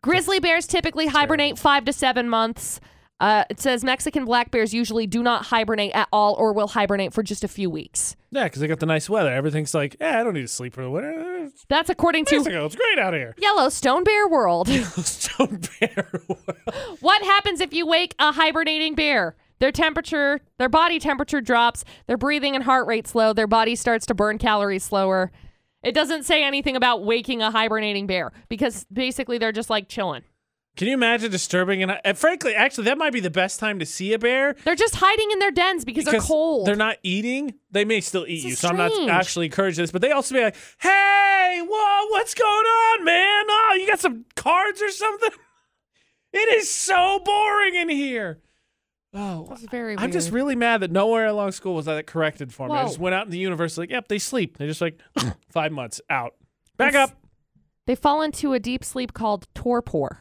[SPEAKER 3] Grizzly bears typically hibernate five to seven months. Uh, it says Mexican black bears usually do not hibernate at all or will hibernate for just a few weeks.
[SPEAKER 1] yeah, because they got the nice weather. Everything's like, yeah, I don't need to sleep for the winter. It's,
[SPEAKER 3] That's according
[SPEAKER 1] nice
[SPEAKER 3] to
[SPEAKER 1] out. It's great out here.
[SPEAKER 3] Yellowstone Bear World.
[SPEAKER 1] Stone bear world.
[SPEAKER 3] What happens if you wake a hibernating bear? Their temperature, their body temperature drops, their breathing and heart rate slow, their body starts to burn calories slower. It doesn't say anything about waking a hibernating bear because basically they're just like chilling.
[SPEAKER 1] Can you imagine disturbing? And, and frankly, actually, that might be the best time to see a bear
[SPEAKER 3] They're just hiding in their dens because, they're cold.
[SPEAKER 1] They're not eating. They may still eat
[SPEAKER 3] This
[SPEAKER 1] you,
[SPEAKER 3] is
[SPEAKER 1] so I'm not
[SPEAKER 3] strange.
[SPEAKER 1] actually encouraging this. But they also be like, "Hey, whoa, what's going on, man? Oh, you got some cards or something? It is so boring in here." Oh,
[SPEAKER 3] It's very
[SPEAKER 1] I'm just
[SPEAKER 3] weird.
[SPEAKER 1] really mad that nowhere along school was that corrected for me. I
[SPEAKER 3] Whoa.
[SPEAKER 1] just went out in the universe like, "Yep, they sleep." They're just like five months out, back
[SPEAKER 3] That's-
[SPEAKER 1] up.
[SPEAKER 3] they fall into a deep sleep called torpor.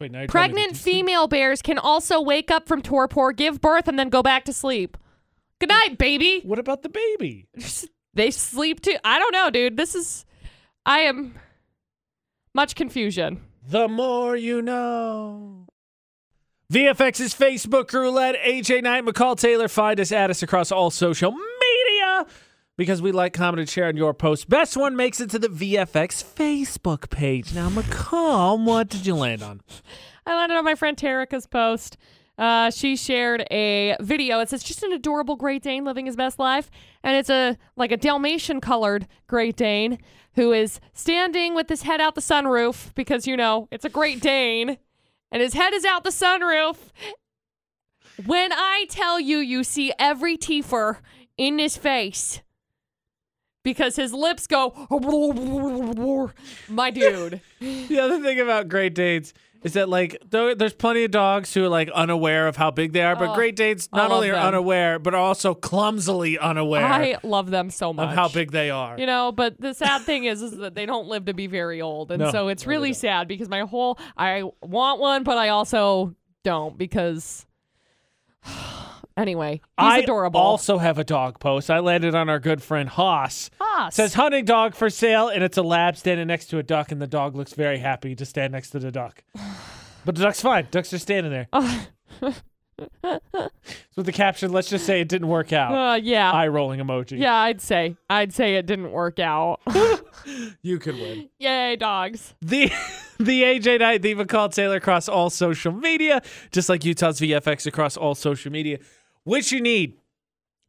[SPEAKER 1] Wait, now you're telling me
[SPEAKER 3] Pregnant
[SPEAKER 1] to sleep?
[SPEAKER 3] female bears can also wake up from torpor, give birth, and then go back to sleep. Good night, baby.
[SPEAKER 1] What about the baby?
[SPEAKER 3] they sleep too. I don't know, dude. This is, I am much confusion.
[SPEAKER 1] The more you know. VFX's Facebook roulette, AJ Knight, McCall Taylor. Find us at us across all social media because we like, comment, and share on your post. Best one makes it to the VFX Facebook page. Now, McCall, what did you land on?
[SPEAKER 3] I landed on my friend Terica's post. Uh, she shared a video. It says just an adorable Great Dane living his best life, and it's a like a Dalmatian colored Great Dane who is standing with his head out the sunroof because you know it's a Great Dane, and his head is out the sunroof. When I tell you, you see every teefer in his face because his lips go. My dude.
[SPEAKER 1] The other thing about Great Danes is that like though there's plenty of dogs who are like unaware of how big they are, but Great Danes
[SPEAKER 3] I
[SPEAKER 1] not
[SPEAKER 3] love
[SPEAKER 1] only are
[SPEAKER 3] Oh, them.
[SPEAKER 1] unaware but are also clumsily unaware
[SPEAKER 3] I love them so much.
[SPEAKER 1] of how big they are.
[SPEAKER 3] You know, but the sad thing is, is that they don't live to be very old, and
[SPEAKER 1] No,
[SPEAKER 3] so it's really sad because my whole I want one, but I also don't because. anyway, he's
[SPEAKER 1] I
[SPEAKER 3] adorable.
[SPEAKER 1] also have a dog post. I landed on our good friend Haas.
[SPEAKER 3] Haas.
[SPEAKER 1] Says hunting dog for sale, and it's a lab standing next to a duck, and the dog looks very happy to stand next to the duck. But the duck's fine. Ducks are standing there.
[SPEAKER 3] Oh.
[SPEAKER 1] so with the caption, let's just say it didn't work out.
[SPEAKER 3] Uh, yeah,
[SPEAKER 1] Eye rolling emoji.
[SPEAKER 3] yeah, I'd say, I'd say it didn't work out.
[SPEAKER 1] You could win.
[SPEAKER 3] Yay, dogs!
[SPEAKER 1] The the AJ Knight Diva called Taylor across all social media, just like Utah's VFX across all social media, which you need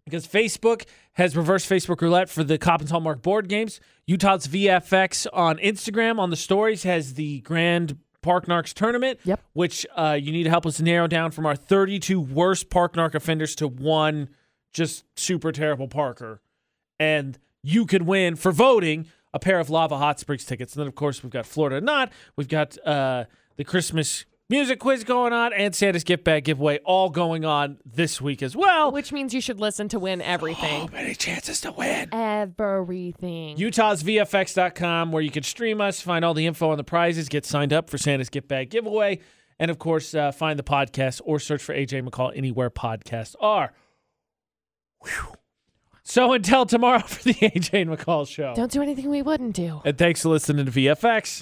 [SPEAKER 1] because Facebook has reversed Facebook roulette for the Coppins Hallmark board games. Utah's VFX on Instagram on the stories has the Grand Park Narcs tournament,
[SPEAKER 3] Yep.
[SPEAKER 1] which uh, you need to help us narrow down from our 32 worst Park Narc offenders to one just super terrible Parker. And you could win for voting a pair of Lava Hot Springs tickets. And then, of course, we've got Florida or Not. We've got uh, the Christmas music quiz going on and Santa's gift bag giveaway all going on this week as well
[SPEAKER 3] Oh, Which means you should listen to win everything.
[SPEAKER 1] Oh, many chances to win.
[SPEAKER 3] Everything.
[SPEAKER 1] Utah's VFX.com, where you can stream us, find all the info on the prizes, get signed up for Santa's Gift Bag giveaway, and of course, uh, find the podcast or search for AJ McCall anywhere podcasts are. Whew. So until tomorrow for the AJ and McCall show.
[SPEAKER 3] don't do anything we wouldn't do.
[SPEAKER 1] And thanks for listening to VFX.